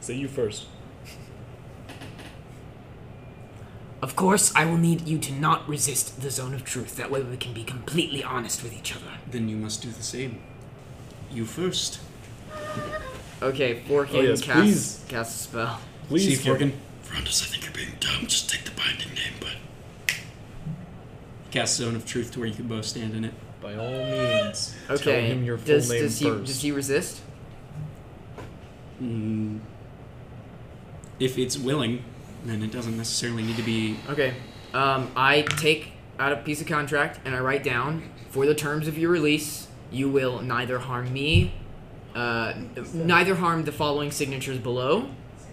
S3: Say you first.
S1: Of course, I will need you to not resist the zone of truth. That way we can be completely honest with each other.
S8: Then you must do the same. You first.
S1: Okay, Forkin
S3: Oh, yes,
S1: casts,
S3: please.
S1: casts a spell.
S3: Please.
S8: see
S3: Kim.
S8: Forkin
S17: Frontis, I think you're being dumb. Just take the binding name, but
S8: cast Zone of Truth to where you can both stand in it.
S3: By all means. Tell
S1: Okay.
S3: him your full
S1: does,
S3: name
S1: does, he,
S3: first.
S1: does he resist?
S8: Mm. If it's willing, then it doesn't necessarily need to be.
S1: Okay. Um, I take out a piece of contract and I write down for the terms of your release, you will neither harm me, uh, neither harm the following signatures below.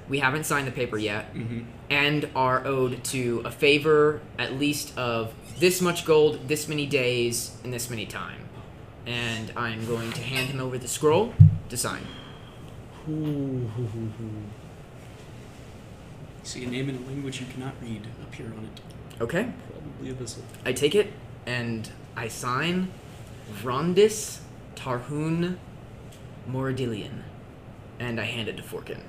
S1: We haven't signed the paper yet,
S8: Mhm.
S1: and are owed to a favor at least of this much gold, this many days, and this many time. And I'm going to hand him over the scroll to sign.
S8: See a name in a language you cannot read appear on it.
S1: Okay.
S8: Probably abyssal.
S1: I take it and I sign Rondis Tarhun Moradilian. And I hand it to Forkin.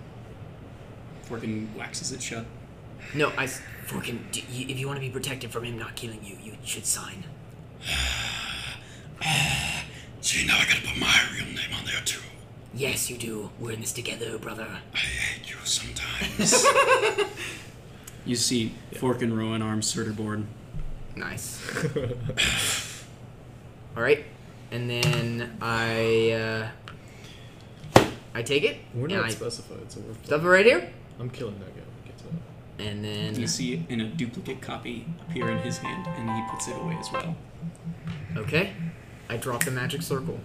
S8: Forkin waxes it shut.
S1: No, I. s- Forkin, do you, if you want to be protected from him not killing you, you should sign.
S17: see, now I gotta put my real name on there too.
S1: Yes, you do. We're in this together, brother.
S17: I hate you sometimes.
S8: You see Forkin Rowan arms Surturborn.
S1: Nice. All right, and then I uh, I take it.
S4: We're
S1: and
S4: not
S1: I
S4: specified, so we're. fine.
S1: stuff it right here,
S4: I'm killing that guy. We'll Get to that.
S1: and then
S8: You see in a duplicate copy appear in his hand, and he puts it away as well.
S1: okay, I drop the magic circle.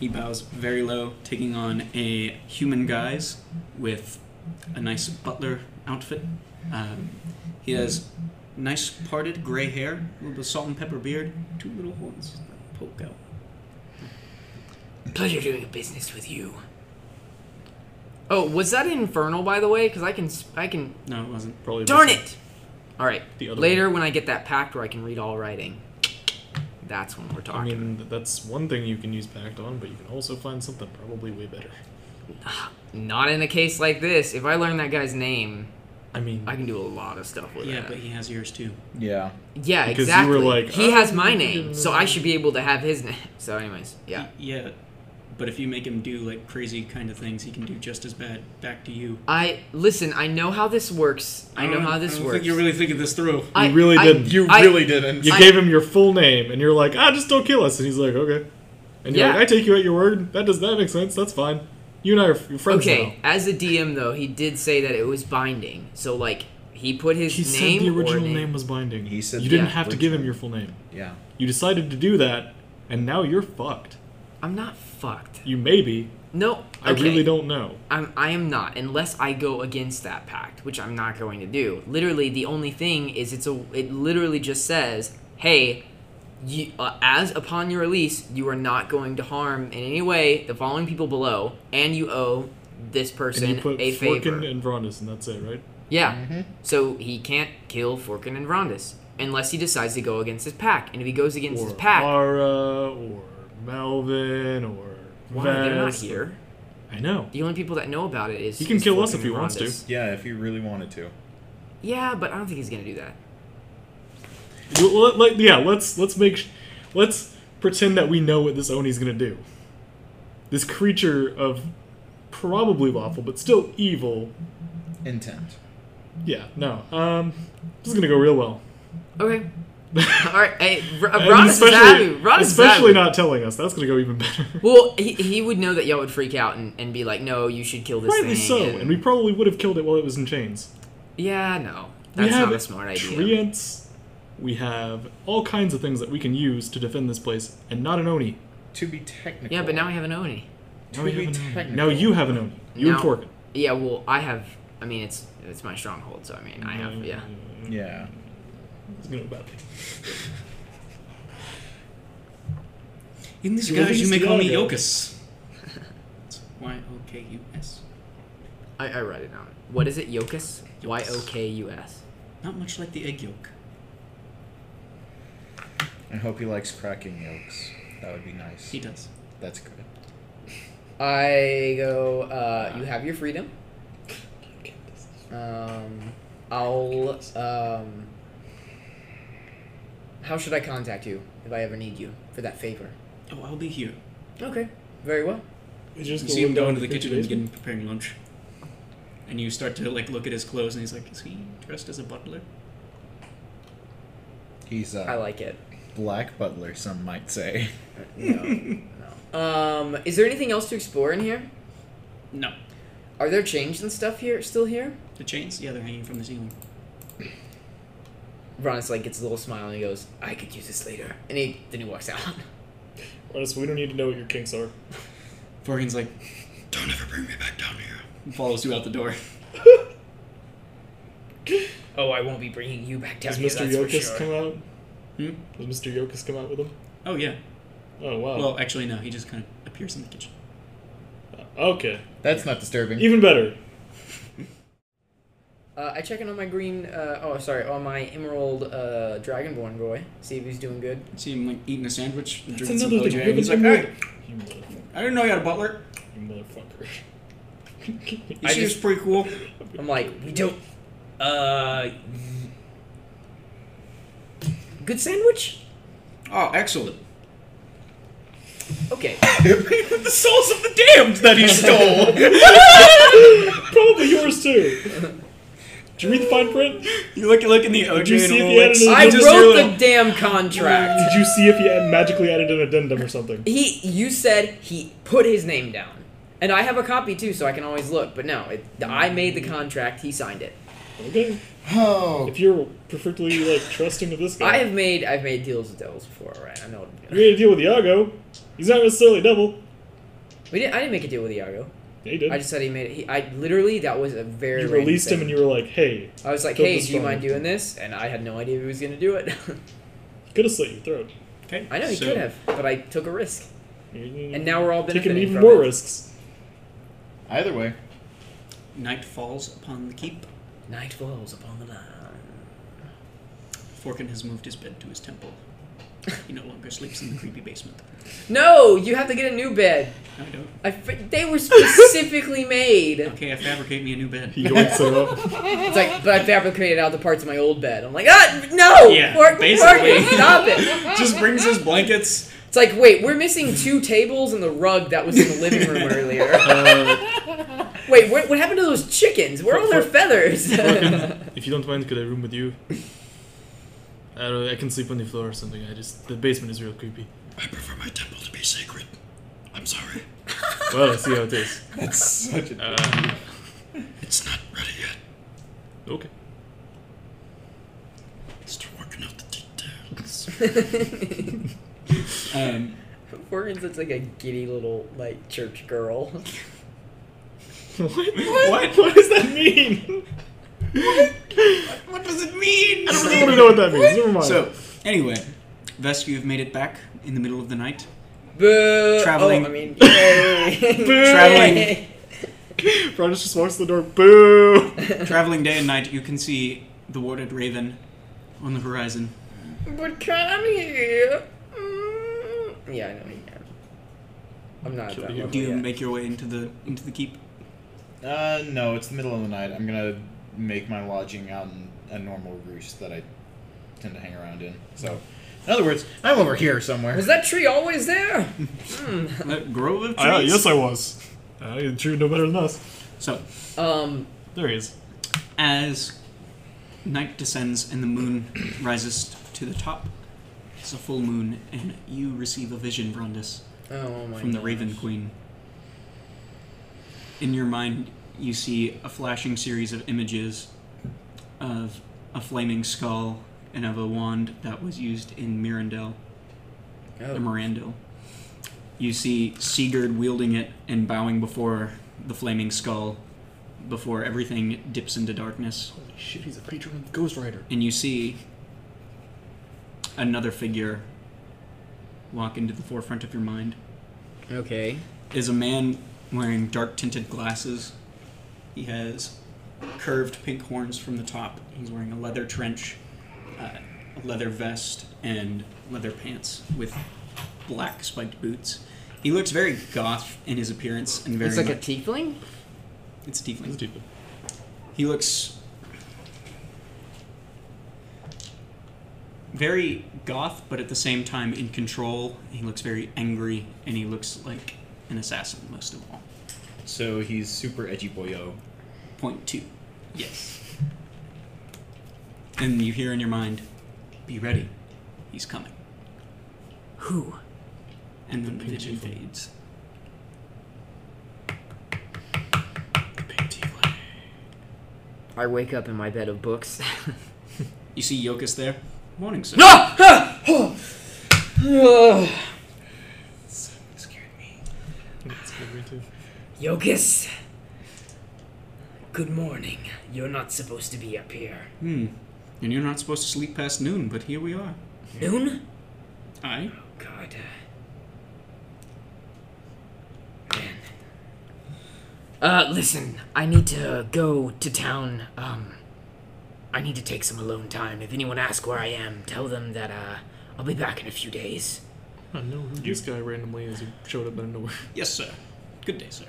S8: He bows very low, taking on a human guise with a nice butler outfit. Um, he has nice parted gray hair, a little bit of salt and pepper beard, two little horns that poke out.
S1: Pleasure doing business with you. Oh, was that infernal, by the way? Because I can, s- I can.
S8: No, it wasn't.
S4: Probably.
S1: Darn it! All right.
S4: The other
S1: Later, when I get that pact where I can read all writing, that's when we're
S4: I
S1: talking.
S4: mean, th- that's one thing you can use Pact on, but you can also find something probably way better.
S1: Not in a case like this. If I learn that guy's name,
S4: I mean,
S1: I can do a lot of stuff with
S8: yeah,
S1: that.
S8: but he has yours too.
S3: Yeah.
S1: Yeah,
S8: Because you
S1: exactly.
S8: were like,
S1: he has my
S8: "Oh,
S1: name, so I should be able to have his name. So, anyways, yeah.
S8: Yeah, but if you make him do like crazy kind of things, he can do just as bad back to you.
S1: I listen. I know how this works. I know
S8: don't-
S1: how this
S8: Oh, Um, I don't
S1: works.
S8: Think you're really thinking this through.
S1: I-
S4: you really
S1: I-
S4: didn't.
S1: You I- really
S4: You
S1: I-
S4: gave him your full name, and you're like, ah, just don't kill us. And he's like, okay. And you're
S1: Yeah.
S4: like, I take you at your word. That does that make sense? That's fine. You and I are f- friends
S1: okay,
S4: now.
S1: as a DM though, he did say that it was binding. So like, he put his
S4: He
S1: name.
S4: said the
S1: or
S4: original
S1: name.
S4: name was binding. He
S3: said
S4: you didn't
S1: the
S4: have to give him your full name.
S3: Yeah.
S4: You decided to do that, and now you're fucked.
S1: I'm not fucked.
S4: You may be.
S1: No,
S4: I
S1: okay.
S4: really don't know.
S1: I'm, I am not, unless I go against that pact, which I'm not going to do. Literally, the only thing is it's a. It literally just says, "Hey, you, uh, as upon your release, you are not going to harm in any way the following people below, and you owe this person
S4: and you put
S1: a
S4: Forkin
S1: favor."
S4: and Vrondus, and that's it, right?
S1: Yeah.
S4: Mm-hmm.
S1: So he can't kill Forkin and Rondus unless he decides to go against his pack. And if he goes against his
S4: Or
S1: pack,
S4: Mara, or Melvin, or
S1: why they're not
S4: Vest, or-
S1: here?
S4: I know.
S1: The only people that know about it is
S4: He can
S1: is
S4: kill us
S1: Forkin
S4: if he
S1: and
S4: wants to.
S1: Rondus.
S3: Yeah, if you really wanted to.
S1: Yeah, but I don't think he's gonna do that.
S4: Well, let- let- yeah, let's let's make sh- let's pretend that we know what this Oni's gonna do. This creature of probably lawful but still evil
S3: intent.
S4: Yeah, no. Um, this is gonna go real well.
S1: Okay. All right. Hey, R-
S4: And
S1: Ron Uh, is happy. Ron is
S4: especially
S1: happy.
S4: not telling us. That's gonna go even better.
S1: Well, he, he would know that y'all would freak out and, and be like, "No, you should kill this
S4: Rightly
S1: thing."
S4: so,
S1: and-
S4: and we probably would have killed it while it was in chains.
S1: yeah, no,
S4: we
S1: that's
S4: have
S1: not a smart idea.
S4: treants, We have all kinds of things that we can use to defend this place, and not an oni.
S3: To be technical.
S1: yeah, but now we have an Oni.
S4: Now we have an Oni. Now you have an oni. You
S1: Now-
S4: and Forkin.
S1: Yeah. Well, I have. I mean, it's it's my stronghold, so I mean, I
S4: Mm-hmm.
S1: have. Yeah.
S3: Yeah.
S4: It's gonna go badly.
S8: In this
S4: You
S8: guise, you
S4: released
S8: may call me
S4: Iago.
S8: Yokus. It's Y O K U S.
S1: I, I write it down. What is it? Yokus. Y o k u s.
S8: Not much like the egg yolk.
S3: I hope he likes cracking yolks. That would be nice. He
S8: does.
S3: That's good.
S13: I go. Uh, you have your freedom. Um, I'll. Um,
S1: How should I contact you if I ever need you for that favor?
S8: Oh, I'll be here.
S1: Okay. Very well.
S4: We
S8: you see him go into the kitchen and begin preparing lunch. And you start to like look at his clothes, and he's like, "Is he dressed as a butler?"
S3: He's a.
S1: I like it.
S3: Black butler, some might say.
S1: Um, is there anything else to explore in here?
S8: No.
S1: Are there chains and stuff here? Still here?
S8: The chains? Yeah, they're hanging from the ceiling.
S1: Ron's like gets a little smile and he goes, "I could use this later," and he then he walks out.
S4: Honestly, we don't need to know what your kinks are.
S8: Forkin's like,
S18: Don't ever bring me back down here.
S8: and follows you out the door.
S1: oh, I won't be bringing you back down
S4: Does
S1: here.
S4: Mr.
S1: That's for sure.
S4: Yokus come out?
S8: Hmm?
S4: Does Mr. Yokus come out with him?
S8: Oh yeah.
S4: Oh wow.
S8: Well, actually, no. He just kind of appears in the kitchen.
S4: okay.
S3: That's not disturbing.
S4: Even better.
S1: Uh, I check in on my green. Uh, oh, sorry, on my emerald uh, dragonborn boy. See if he's doing good.
S8: See him like eating a sandwich, and drinking some
S4: another thing,
S8: blowjam.
S4: you're
S8: He's
S4: the
S8: like,
S4: emerald-
S8: "Hey, I didn't know you had a butler.
S4: You motherfucker.
S8: He
S1: I
S8: seems
S1: just-
S8: pretty cool.
S1: I'm like, we don't. Uh. Good sandwich.
S8: Oh, excellent.
S1: Okay.
S8: the souls of the damned that he stole.
S4: Probably yours too. Did you read the fine print?
S8: You look look in the OJ.
S4: Did you see if
S8: and
S4: he
S8: all
S4: added
S8: that.
S4: an
S1: I
S4: addendum?
S1: wrote the damn contract.
S4: Did you see if he had magically added an addendum or something?
S1: He, you said he put his name down, and I have a copy too, so I can always look. But no, it, I made the contract. He signed it.
S4: Okay.
S3: Oh.
S4: If you're perfectly like trusting of this guy,
S1: I have made, I've made deals with devils before. All right, I know. What I'm
S4: you
S1: doing.
S4: made a deal with Iago. He's not necessarily double.
S1: We didn't. I didn't make a deal with Iago.
S4: Yeah, you did.
S1: I just said he made. He, I literally that was a very.
S4: you
S1: random
S4: released
S1: thing.
S4: him and you were like, "Hey."
S1: I was like,
S4: fill
S1: "Hey,
S4: this
S1: do you
S4: form."
S1: mind doing this?" And I had no idea he was gonna do it.
S4: Could have slit your throat.
S8: Okay.
S1: I know he
S4: So-
S1: could have, but I took a risk, and
S4: And
S1: now we're all benefiting
S4: taking even
S1: from
S4: more
S1: it.
S4: risks.
S3: Either way.
S8: Night falls upon the keep.
S1: Night falls upon the land.
S8: Forkin has moved his bed to his temple. He no longer sleeps in the creepy basement.
S1: No, you have to get a new bed.
S8: I don't.
S13: I fa- they were specifically made.
S8: Okay, I fabricate me a new bed.
S13: It's like, but I fabricated out the parts of my old bed. I'm like, ah, no!
S8: Yeah,
S13: Mark,
S8: basically.
S13: Mark, stop it!
S8: Just brings his blankets.
S13: It's like, wait, we're missing two tables and the rug that was in the living room earlier.
S8: Uh,
S13: wait, what, what happened to those chickens? Where are all their feathers?
S4: Fucking- if you don't mind, could I room with you? I don't. I can sleep on the floor or something. I just the basement is real creepy. I prefer my temple to be sacred. I'm sorry. Well, let's see how it is.
S18: That's such a-
S4: Uh,
S18: It's not ready yet.
S4: Okay.
S18: Start working out the details.
S8: um,
S13: Morgan's looks like a giddy little like church girl.
S19: What? What does that mean?
S8: What does it mean?
S19: I don't really want to know what that means. Never mind.
S8: So, anyway, Vesk, you have made it back in the middle of the night.
S13: Boo!
S8: Traveling.
S13: Oh, I mean,
S8: traveling.
S19: Bronis just walks to the door. Boo!
S8: traveling day and night, you can see the warded raven on the horizon.
S13: Oh, But can I hear? Yeah, I know you can. I'm not at that level
S8: Do you
S13: yet.
S8: make your way into the into the keep?
S3: Uh, no, it's the middle of the night. I'm gonna make my lodging out in a normal roost that I tend to hang around in. So, in other words, I'm over here somewhere.
S13: Was that tree always there?
S8: That grove of trees.
S4: Ah, yes, I was. Uh, you're true no better than us.
S8: So,
S13: um,
S4: there he is.
S8: As night descends and the moon rises to the top, it's a full moon, and you receive a vision, Brondis,
S13: Oh my
S8: from the
S13: gosh.
S8: Raven Queen. In your mind, you see a flashing series of images of a flaming skull and of a wand that was used in Mirandel.
S13: Oh.
S8: The Mirandel. You see Sigurd wielding it and bowing before the flaming skull before everything dips into darkness.
S4: Holy shit, he's a patron of Ghost Rider.
S8: And you see another figure walk into the forefront of your mind.
S13: Okay.
S8: Is a man wearing dark tinted glasses. He has curved pink horns from the top. He's wearing a leather trench, uh, a leather vest, and leather pants with black spiked boots. He looks very goth in his appearance and very
S1: It's like a
S8: much-
S1: tiefling?
S8: It's tiefling. He looks very goth, but at the same time in control. He looks very angry, and he looks like an assassin most of all.
S3: So he's super edgy boyo.
S8: Point two. Yes. And you hear in your mind, "Be ready, he's coming."
S10: Who?
S8: And then the vision fades.
S1: I wake up in my bed of books.
S8: you see Yokus there. Morning, sir.
S13: No!
S10: Yogis, good morning. You're not supposed to be up here.
S8: Hmm. And you're not supposed to sleep past noon, but here we are.
S10: Noon?
S8: Aye.
S10: God.
S1: Uh, listen, I need to go to town. Um, I need to take some alone time. If anyone asks where I am, tell them that, uh, I'll be back in a few days.
S4: I don't know who this guy randomly is who showed up out of nowhere.
S8: Yes, sir. Good day, sir.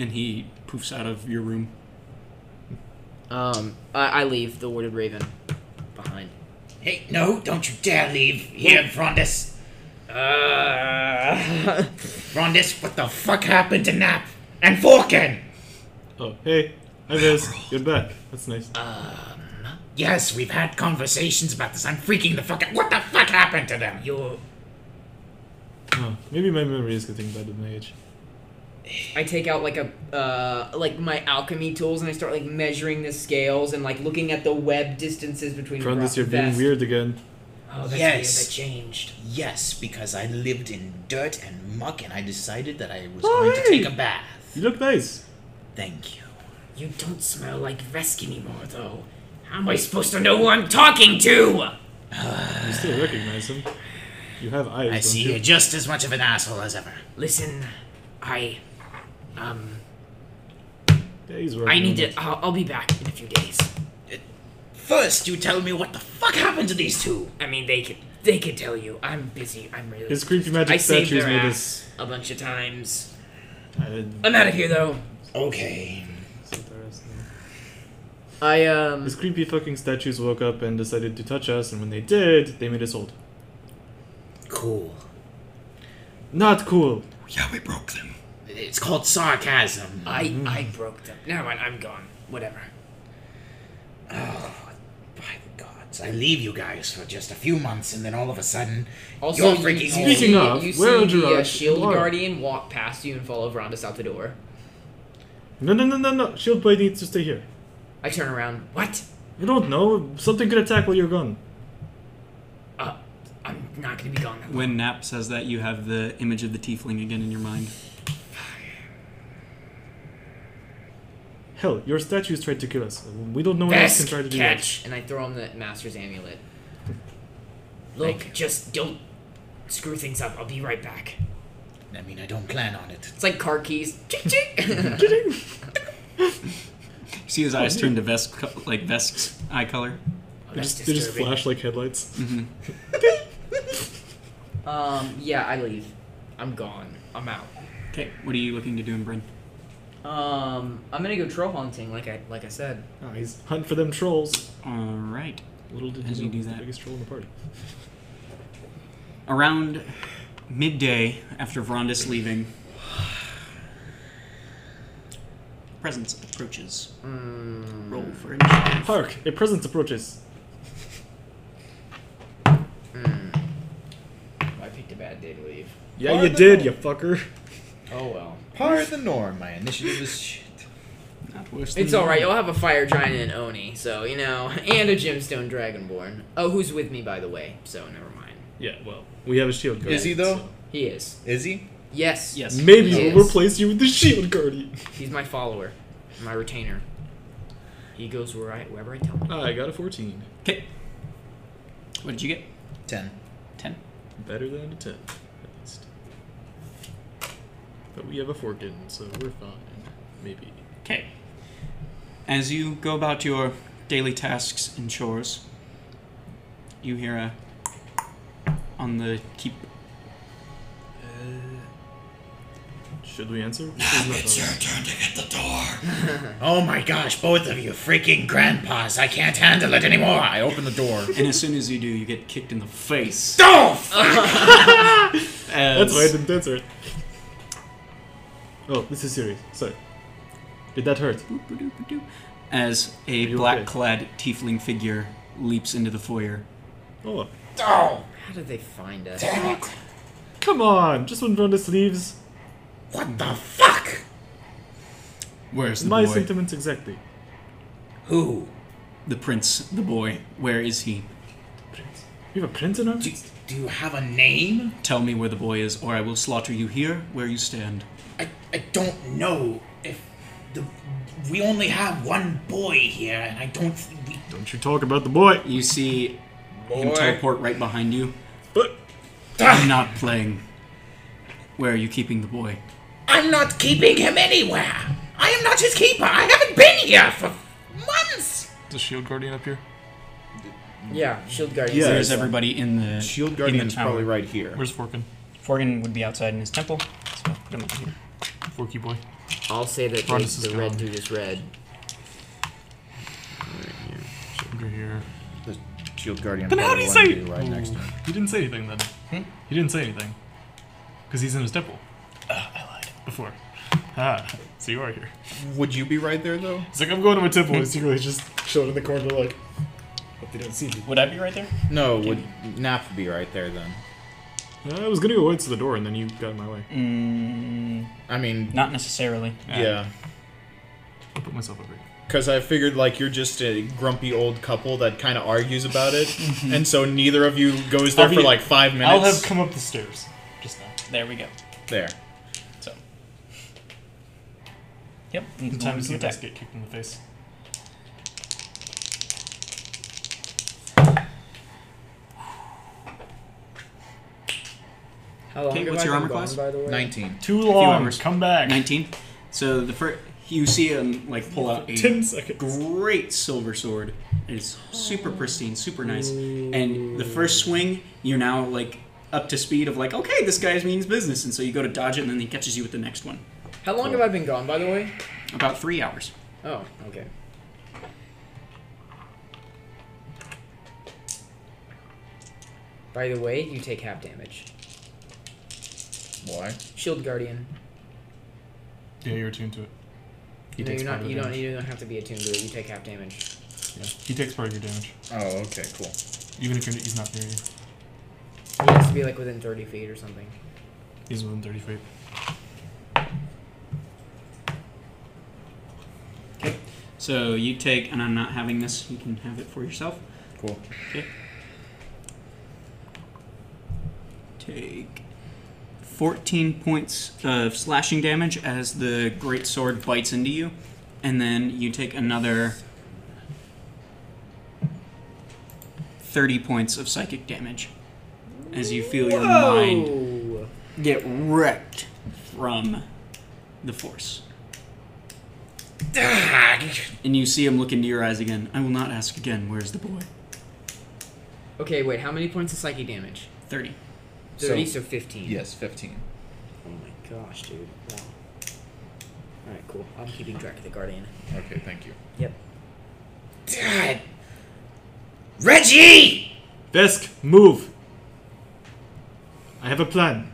S8: And he poofs out of your room.
S1: Um, I, I leave the warded raven behind.
S20: Hey, no, don't you dare leave here, Vrondis. Uh... Vrondis, what the fuck happened to Nap and Forkin?
S4: Oh, hey. Hi, Viz. You're back. That's nice.
S20: Yes, we've had conversations about this. I'm freaking the fuck out. What the fuck happened to them?
S10: You're.
S4: Oh, maybe my memory is getting bad with my age.
S13: I take out like a uh, like my alchemy tools and I start like measuring the scales and like looking at the web distances between.
S4: Front
S13: rock
S4: this, you're being
S13: vest.
S4: weird again.
S10: Oh, that's
S20: Yes.
S10: weird. That changed.
S20: Yes, because I lived in dirt and muck and I decided that I was
S10: Oh,
S20: going
S10: hey.
S20: to take a bath.
S4: You look nice.
S20: Thank you.
S10: You don't smell like Vesk anymore, though. How am I supposed to know who I'm talking to?
S4: You still recognize him. You have eyes.
S20: I
S4: don't
S20: see
S4: you?
S20: you're just as much of an asshole as ever.
S10: Listen, I. Um.
S4: Yeah, he's
S10: I
S4: working
S10: need
S4: on
S10: to. I'll, I'll be back in a few days.
S20: First, you tell me what the fuck happened to these two.
S10: I mean, they could. They can tell you. I'm busy. I'm really.
S4: His creepy
S10: pissed.
S4: magic
S10: I saved
S4: statues
S10: their
S4: made
S10: ass
S4: us-
S10: a bunch of times. I'm out of here though.
S13: Okay.
S4: I um. His creepy fucking statues woke up and decided to touch us, and when they did, they made us old.
S13: Cool.
S4: Not cool.
S21: Yeah, we broke them.
S13: It's called sarcasm.
S10: I I broke them. Never mind. I'm gone. Whatever.
S13: So I leave you guys for just a few months, and then all of a sudden,
S1: Also,
S13: you're freaking
S1: you, you
S13: old.
S1: see, you see the uh, shield guardian walk past you and follow Verandas out the door.
S4: No, no, no, no, no. Shield boy needs to stay here.
S1: I turn around.
S10: What?
S4: I don't know. Something could attack while you're gone.
S10: Uh, I'm not gonna be gone. That
S8: When Nap says that, you have the image of the tiefling again in your mind.
S4: Hell, your statues tried to kill us. We don't know what else can try to do
S1: And I throw him the master's amulet.
S10: Look, just don't screw things up. I'll be right back.
S13: I mean, I don't plan on it.
S1: It's like car keys. Ching,
S4: ching.
S8: You see
S13: Oh,
S8: his eyes turn to Vesk, co- like Vesk's eye color.
S4: They just, they just flash like headlights.
S8: Mm-hmm.
S1: um, yeah, I leave. I'm gone. I'm out.
S8: Okay, what are you looking to do in Bryn?
S1: Um, I'm gonna go troll hunting, like I like I said.
S4: Nice. Uh, Hunt for them trolls.
S8: All right.
S4: Little did
S8: As
S4: he
S8: you
S4: know
S8: do
S4: he's
S8: that.
S4: the biggest troll in the party.
S8: Around midday, after Vrondis leaving, presence approaches. Roll for initiative.
S4: Hark! A presence approaches.
S1: I picked a bad day to leave.
S4: Yeah, you did, you fucker.
S1: Oh well.
S3: Par the norm. My initiative is shit.
S8: Not worse
S1: It's all right. You'll have a fire giant and Oni, so you know, and a gemstone dragonborn. Oh, who's with me by the way? So never mind.
S4: Yeah, well, we have a shield guard.
S3: Is he though?
S1: He is.
S3: Is he?
S1: Yes.
S8: Yes.
S4: Maybe
S1: He
S4: we'll
S1: is.
S4: replace you with the shield guardian.
S1: He's my follower, my retainer. He goes where I wherever I tell him.
S4: I got a 14.
S8: Okay. What did you get?
S3: Ten.
S8: Ten.
S4: Better than a 10, at least. But we have a forkin, so we're fine. Maybe.
S8: Okay. As you go about your daily tasks and chores, you hear a on the keep.
S4: Should we answer?
S13: It's your turn to hit the door. oh my gosh, both of you freaking grandpas! I can't handle it anymore.
S3: I open the door.
S8: And as soon as you do, you get kicked in the face.
S13: Oh, fuck.
S4: That's why I didn't answer it. Oh, this is serious. Sorry. Did that hurt?
S8: As a black-clad tiefling figure leaps into the foyer.
S4: Oh.
S1: Oh. How did they find us?
S4: Come on! Just when Brandis leaves.
S13: What the f-
S8: Where's the
S4: My
S8: boy?
S4: sentiments exactly.
S8: Who? The prince, the boy. Where is he?
S4: You have a prince in our do,
S13: do you have a name?
S8: Tell me where the boy is, or I will slaughter you here, where you stand.
S13: I don't know if the we only have one boy here, and I don't. think we,
S4: Don't you talk about the boy.
S8: You see him
S13: Boy.
S8: teleport right behind you.
S4: But
S8: I'm not playing. Where are you keeping the boy?
S13: I'm not keeping him anywhere. I am not his keeper. I haven't been here for months.
S4: The shield guardian up here.
S1: Yeah, shield guardian.
S8: Yeah, there's everybody in the
S3: Shield
S8: in
S3: Guardian's
S8: the tower.
S3: probably right here.
S4: Where's Forkin?
S8: Forgan would be outside in his temple. So put him up here.
S4: Forky boy.
S1: I'll say that the,
S4: Brandis is
S1: the red dude is red.
S4: Under here.
S3: The shield guardian.
S4: Then how
S3: probably
S4: did he
S3: wanted
S4: say?
S3: to be Right next to him.
S4: He didn't say anything then.
S1: Hmm?
S4: He didn't say anything. Because he's in his temple. I lied. Before. Ah, so you are here.
S3: Would you be right there though?
S4: It's like I'm going to my temple. and secretly just showed in the corner, like, hope they don't see me.
S8: Would I be right there?
S3: No, would Nap be right there then?
S4: Uh, I was gonna go right to the door, and then you got in my way.
S8: Mm,
S3: I mean,
S8: not necessarily.
S3: yeah,
S4: I'll put myself over here.
S3: because I figured like you're just a grumpy old couple that kind of argues about it, and so neither of you goes there
S8: I'll be-
S3: for like five minutes.
S4: I'll have come up the stairs. Just now.
S10: Mm-hmm.
S8: There we go.
S3: there.
S8: So. Yep. and it's
S4: The
S8: time
S4: ones
S8: to
S4: who
S10: Mm-hmm.
S8: attack.
S4: just get kicked in the face.
S1: How long
S8: Okay,
S1: have
S8: what's
S1: I
S8: your
S1: been
S8: armor
S1: gone,
S8: class?
S1: By the way,
S3: Nineteen.
S4: Too
S8: Few
S4: long.
S8: hours.
S4: Come back.
S8: 19. So the first
S13: You see him like pull out a
S8: 10
S13: great silver sword. It's super pristine, super nice. And the first swing, you're now like up to speed of like, okay, this guy means business, and so you go to dodge it, and then he catches you with the next one.
S10: How long have I been gone, by the way?
S13: About three hours.
S10: Oh, okay. By the way, you take half damage.
S3: Why?
S10: Shield Guardian.
S4: Yeah, you're attuned to it. He
S10: no,
S4: takes
S10: you're
S4: part
S10: not.
S4: of
S10: You
S4: the
S10: don't.
S4: damage.
S10: You don't have to be attuned to it. You take half damage.
S4: Yeah, he takes part of your damage.
S3: Oh, okay, cool.
S4: Even if you're, he's not near you,
S10: It has to be like within 30 feet or something.
S4: he's within 30 feet.
S13: So you take, and I'm not having this. You can have it for yourself.
S3: Cool.
S13: Okay. Take 14 points of slashing damage as the great sword bites into you, and then you take another 30 points of psychic damage as you feel your mind get wrecked from the force. And you see him look into your eyes again. I will not ask again, where's the boy?
S10: Okay, wait. How many points of psychic damage?
S13: 30.
S10: 30, so, 15.
S3: Yes, 15.
S10: Oh my gosh, dude. Wow. All right, cool. I'm keeping track of the Guardian.
S3: Okay, thank you.
S10: Yep.
S22: God. Reggie!
S4: Vesk, move! I have a plan.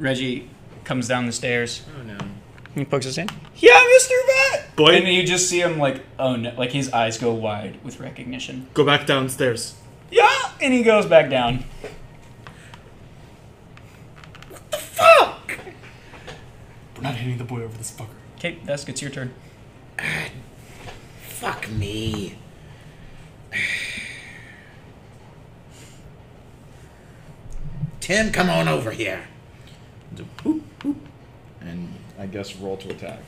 S13: Reggie comes down the stairs.
S10: Oh no.
S13: He pokes his hand.
S8: Yeah, Mr. Bat!
S13: Boy. And you just see him like, oh no, like his eyes go wide with recognition.
S4: Go back downstairs.
S13: Yeah! And he goes back down.
S22: Fuck!
S4: We're not hitting the boy over this fucker.
S13: Okay, Vesk, it's your turn.
S22: Fuck me.
S23: Tim, come on over here.
S3: And I guess roll to attack.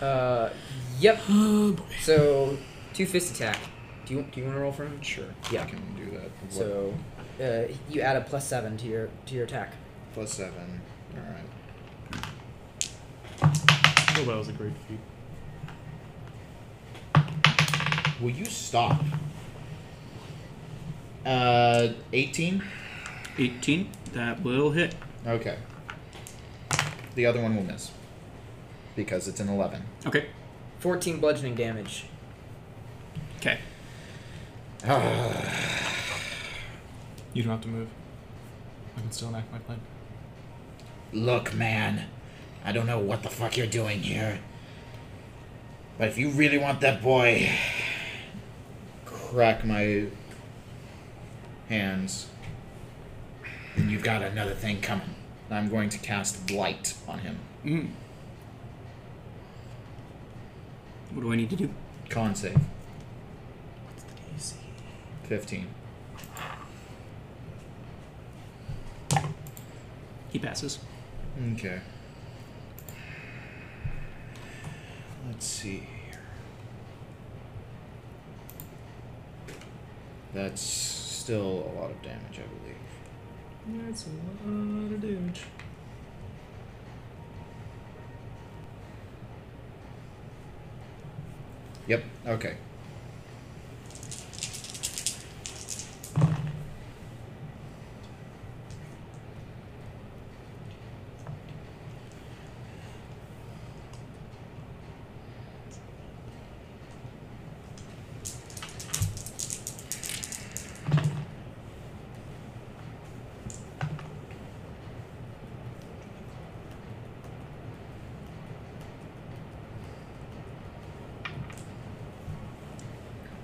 S10: Uh, yep.
S8: Oh,
S10: so, two fist attack. Do you do you want to roll for him?
S3: Sure.
S10: Yeah.
S3: I can do that. What-
S10: So, uh, you add a plus seven to your to your attack.
S3: Plus seven. Alright.
S4: Oh, that was a great feat.
S3: Will you stop? Uh, 18?
S13: 18. That will hit.
S3: Okay. The other one will miss. Because it's an 11.
S13: Okay.
S10: Fourteen bludgeoning damage.
S13: Okay.
S4: You don't have to move. I can still enact my plan.
S22: Look, man. I don't know what the fuck you're doing here. But if you really want that boy.
S3: Crack my hands.
S23: Then you've got another thing coming.
S3: I'm going to cast Blight on him.
S13: Mm. What do I need to do?
S3: Con save. 15.
S13: He passes.
S3: Okay. Let's see here. That's still a lot of damage, I believe.
S4: That's a lot of damage.
S3: Yep. Okay.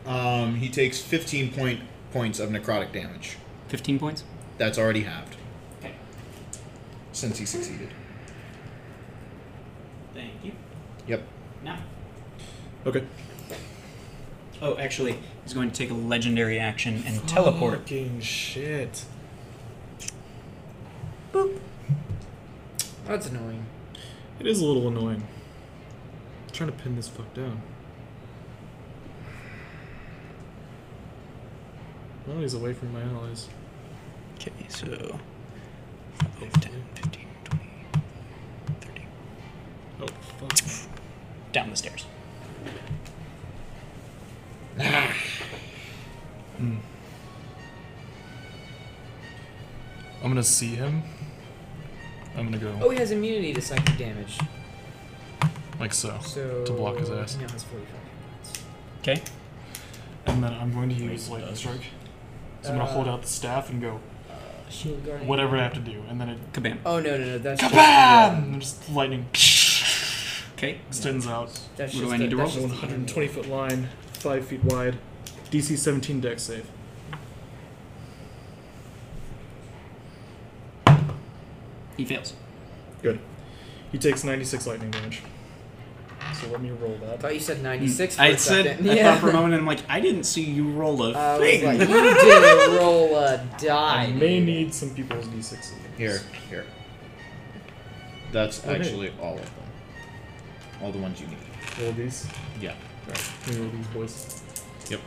S3: Um, he takes 15 point points of necrotic damage.
S13: 15 points?
S3: That's already halved
S13: Okay.
S3: since he succeeded.
S13: Thank you.
S3: Yep.
S13: Now.
S4: Okay.
S13: Oh, actually, he's going to take a legendary action and teleport.
S4: Fucking shit.
S10: That's annoying.
S4: It is a little annoying. I'm trying to pin this fuck down. Well, he's away from my allies.
S13: Okay, so.
S4: 5, 10, 15, 20, 30,
S8: down the stairs.
S4: Hmm. I'm gonna see him. I'm gonna go
S13: Oh, he has immunity to psychic damage.
S4: like so,
S13: So
S4: to block his ass.
S13: He now has 45 points.
S8: Okay.
S4: And then I'm going to use lightning strike. So I'm gonna hold out the staff and go
S13: Uh, Shield guard.
S4: whatever I have to do, and then it
S8: kabam.
S13: Oh no no no! That's just, uh,
S4: Kabam! And then just lightning
S8: Okay.
S4: extends out.
S13: That's What do just I need the- to that's roll? just the
S4: 120 foot line, five feet wide. DC 17 deck save.
S8: He fails.
S4: Good. He takes 96 lightning damage. So let me roll
S13: I
S4: that.
S13: thought you said 96. For
S8: I
S13: a
S8: said,
S13: second.
S8: I thought for a moment, I'm like, I didn't see you roll a
S13: I was
S8: thing.
S13: like, you did roll a die.
S4: I may need some people's d6s.
S3: Here, here. That's
S4: Okay.
S3: actually all of them. All the ones you need.
S4: Roll these.
S3: Yeah. Right.
S4: Can we roll these, boys?
S3: Yep.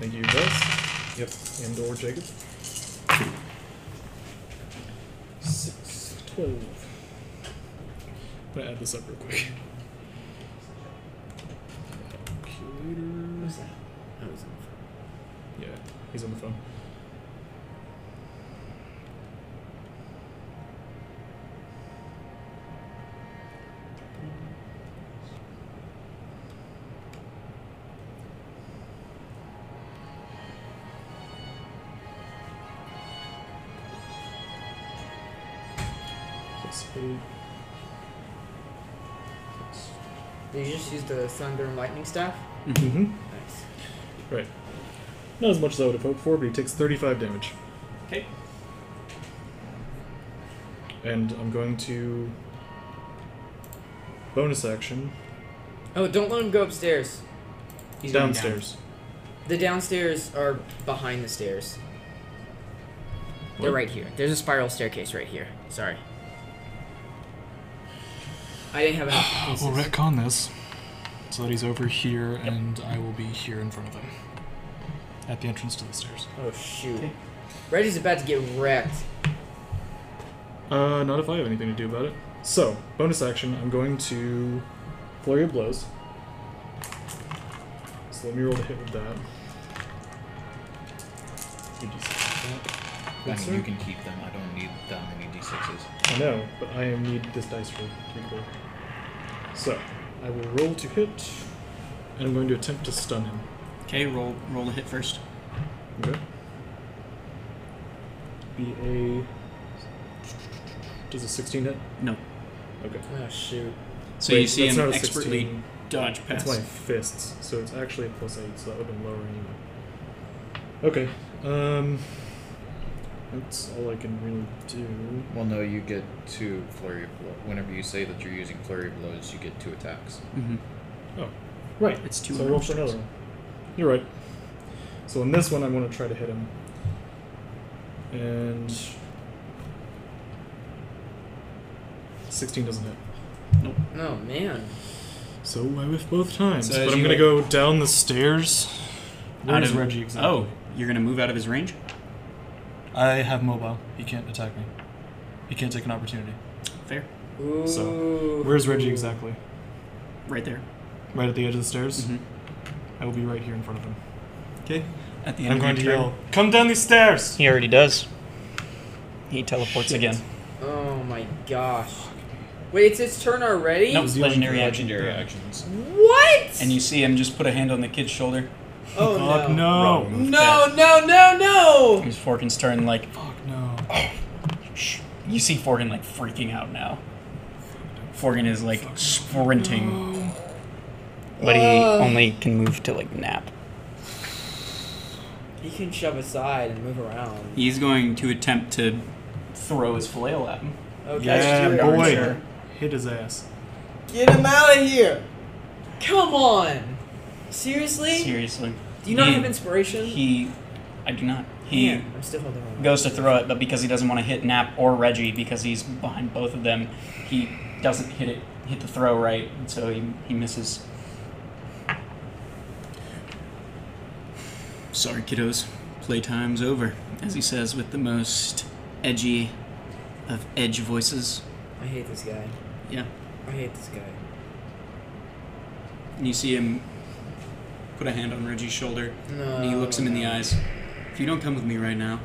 S4: Thank you, Bess. Yep. And or Jacob. Six, 12. I'm gonna add this up real quick. Calculator.
S13: Who's that?
S4: Yeah, he's on the phone. Plus eight.
S13: Did you just use the thunder and lightning staff?
S4: Mm-hmm.
S13: Nice.
S4: Right. Not as much as I would have hoped for, but he takes 35 damage.
S8: Okay.
S4: And I'm going to. Bonus action.
S13: Oh, don't let him go upstairs.
S4: He's downstairs.
S13: The downstairs are behind the stairs.
S4: What?
S13: They're right here. There's a spiral staircase right here. Sorry. I didn't have enough pieces.
S4: Uh, We'll retcon this so that he's over here, and I will be here in front of him at the entrance to the stairs.
S13: Oh shoot. Reggie's about to get wrecked.
S4: Uh, not if I have anything to do about it. So, bonus action, I'm going to flurry of blows. So let me roll to hit with that. Good
S15: I
S4: d6.
S15: mean,
S4: Good, sir.
S15: you can keep them. I don't need that many d6s.
S4: I know, but I am need this dice for recoil. So, I will roll to hit, and I'm going to attempt to stun him.
S8: Okay, roll roll a hit first.
S4: Okay. Be a. Does a 16 hit?
S8: No.
S4: Okay.
S13: Oh shoot.
S8: Ah, So you see
S4: that's
S8: him
S4: not a
S8: expertly
S4: 16.
S8: dodge past.
S4: That's my fists, so it's actually a plus 8, so that would have been lower anyway. Okay. Um. That's all I can really do.
S3: Well, no, you get two flurry of blow. Whenever you say that you're using flurry of blows, you get two attacks.
S8: Mm-hmm.
S4: Oh, right.
S8: It's two
S4: So I roll
S8: hundred
S4: for another one. You're right. So in this one, I'm going to try to hit him. And 16 doesn't hit.
S13: Oh man.
S4: So I whiff both times.
S8: So as
S4: but I'm
S8: you
S4: going to go down the stairs. Where's Reggie exactly?
S8: Oh, you're gonna move out of his range.
S4: I have mobile. He can't attack me. He can't take an opportunity.
S8: Fair.
S13: Ooh.
S4: So where's Reggie exactly?
S8: Right there. Mm-hmm.
S4: Right at the edge of the stairs. I will be right here in front of him.
S8: Okay. At the end
S4: I'm
S8: of
S4: going to
S8: your turn.
S4: yell, "Come down these stairs!"
S8: He already does. He teleports again.
S13: Oh my gosh. Wait, it's his turn already?
S8: Nope, legendary action.
S3: actions.
S13: What?
S8: And you see him just put a hand on the kid's shoulder.
S13: Oh
S4: God,
S13: no.
S4: no.
S13: No, no, no, no!
S8: He's Forkin's turn, like,
S4: Fuck no.
S8: you see Forkin, like, freaking out now. Forkin is, like, sprinting. But he
S13: Uh.
S8: only can move to, like, nap.
S13: He can shove aside and move around.
S8: He's going to attempt to throw his flail at him.
S13: Okay.
S4: Yeah,
S8: That's true.
S4: boy.
S8: Sure.
S4: Hit his ass.
S13: Get him out of here! Come on! Seriously?
S8: Seriously.
S13: Do you not
S8: He-
S13: have inspiration?
S8: He. I do not. He
S13: Man, I'm still holding on.
S8: goes to throw it, but because he doesn't want to hit Nap or Reggie, because he's behind both of them, he doesn't hit it, hit the throw right, and so he, he misses. Sorry, kiddos. Playtime's over, as he says with the most edgy of edge voices.
S13: I hate this guy.
S8: Yeah.
S13: I hate this guy.
S8: and you see him put a hand on Reggie's shoulder. And he
S10: No.
S8: looks him in the eyes. If you don't come with me right now,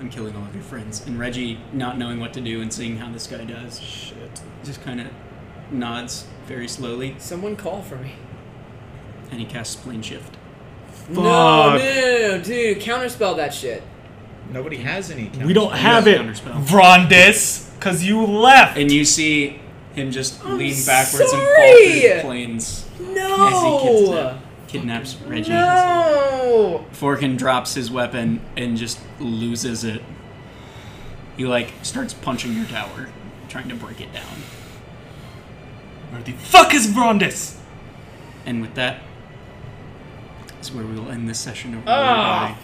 S8: I'm killing all of your friends. And Reggie, not knowing what to do and seeing how this guy does, shit, just kind of nods very slowly.
S10: Someone call for me.
S8: And he casts plane shift.
S10: No, no, no, no, dude, counterspell that shit.
S3: Nobody has any.
S8: Counterspell.
S4: We don't have
S8: Yeah,
S4: it,
S8: counterspell.
S4: Vrondis, because you left.
S8: And you see him just lean backwards and fall
S10: sorry!
S8: through planes.
S10: No!
S8: As he kidnap, kidnaps Reggie.
S10: No.
S8: Forkin drops his weapon and just loses it. He like starts punching your tower, trying to break it down. Where the fuck is Brondis? And with that, that's where we will end this session. Of Roll or
S10: Ah,
S8: Die.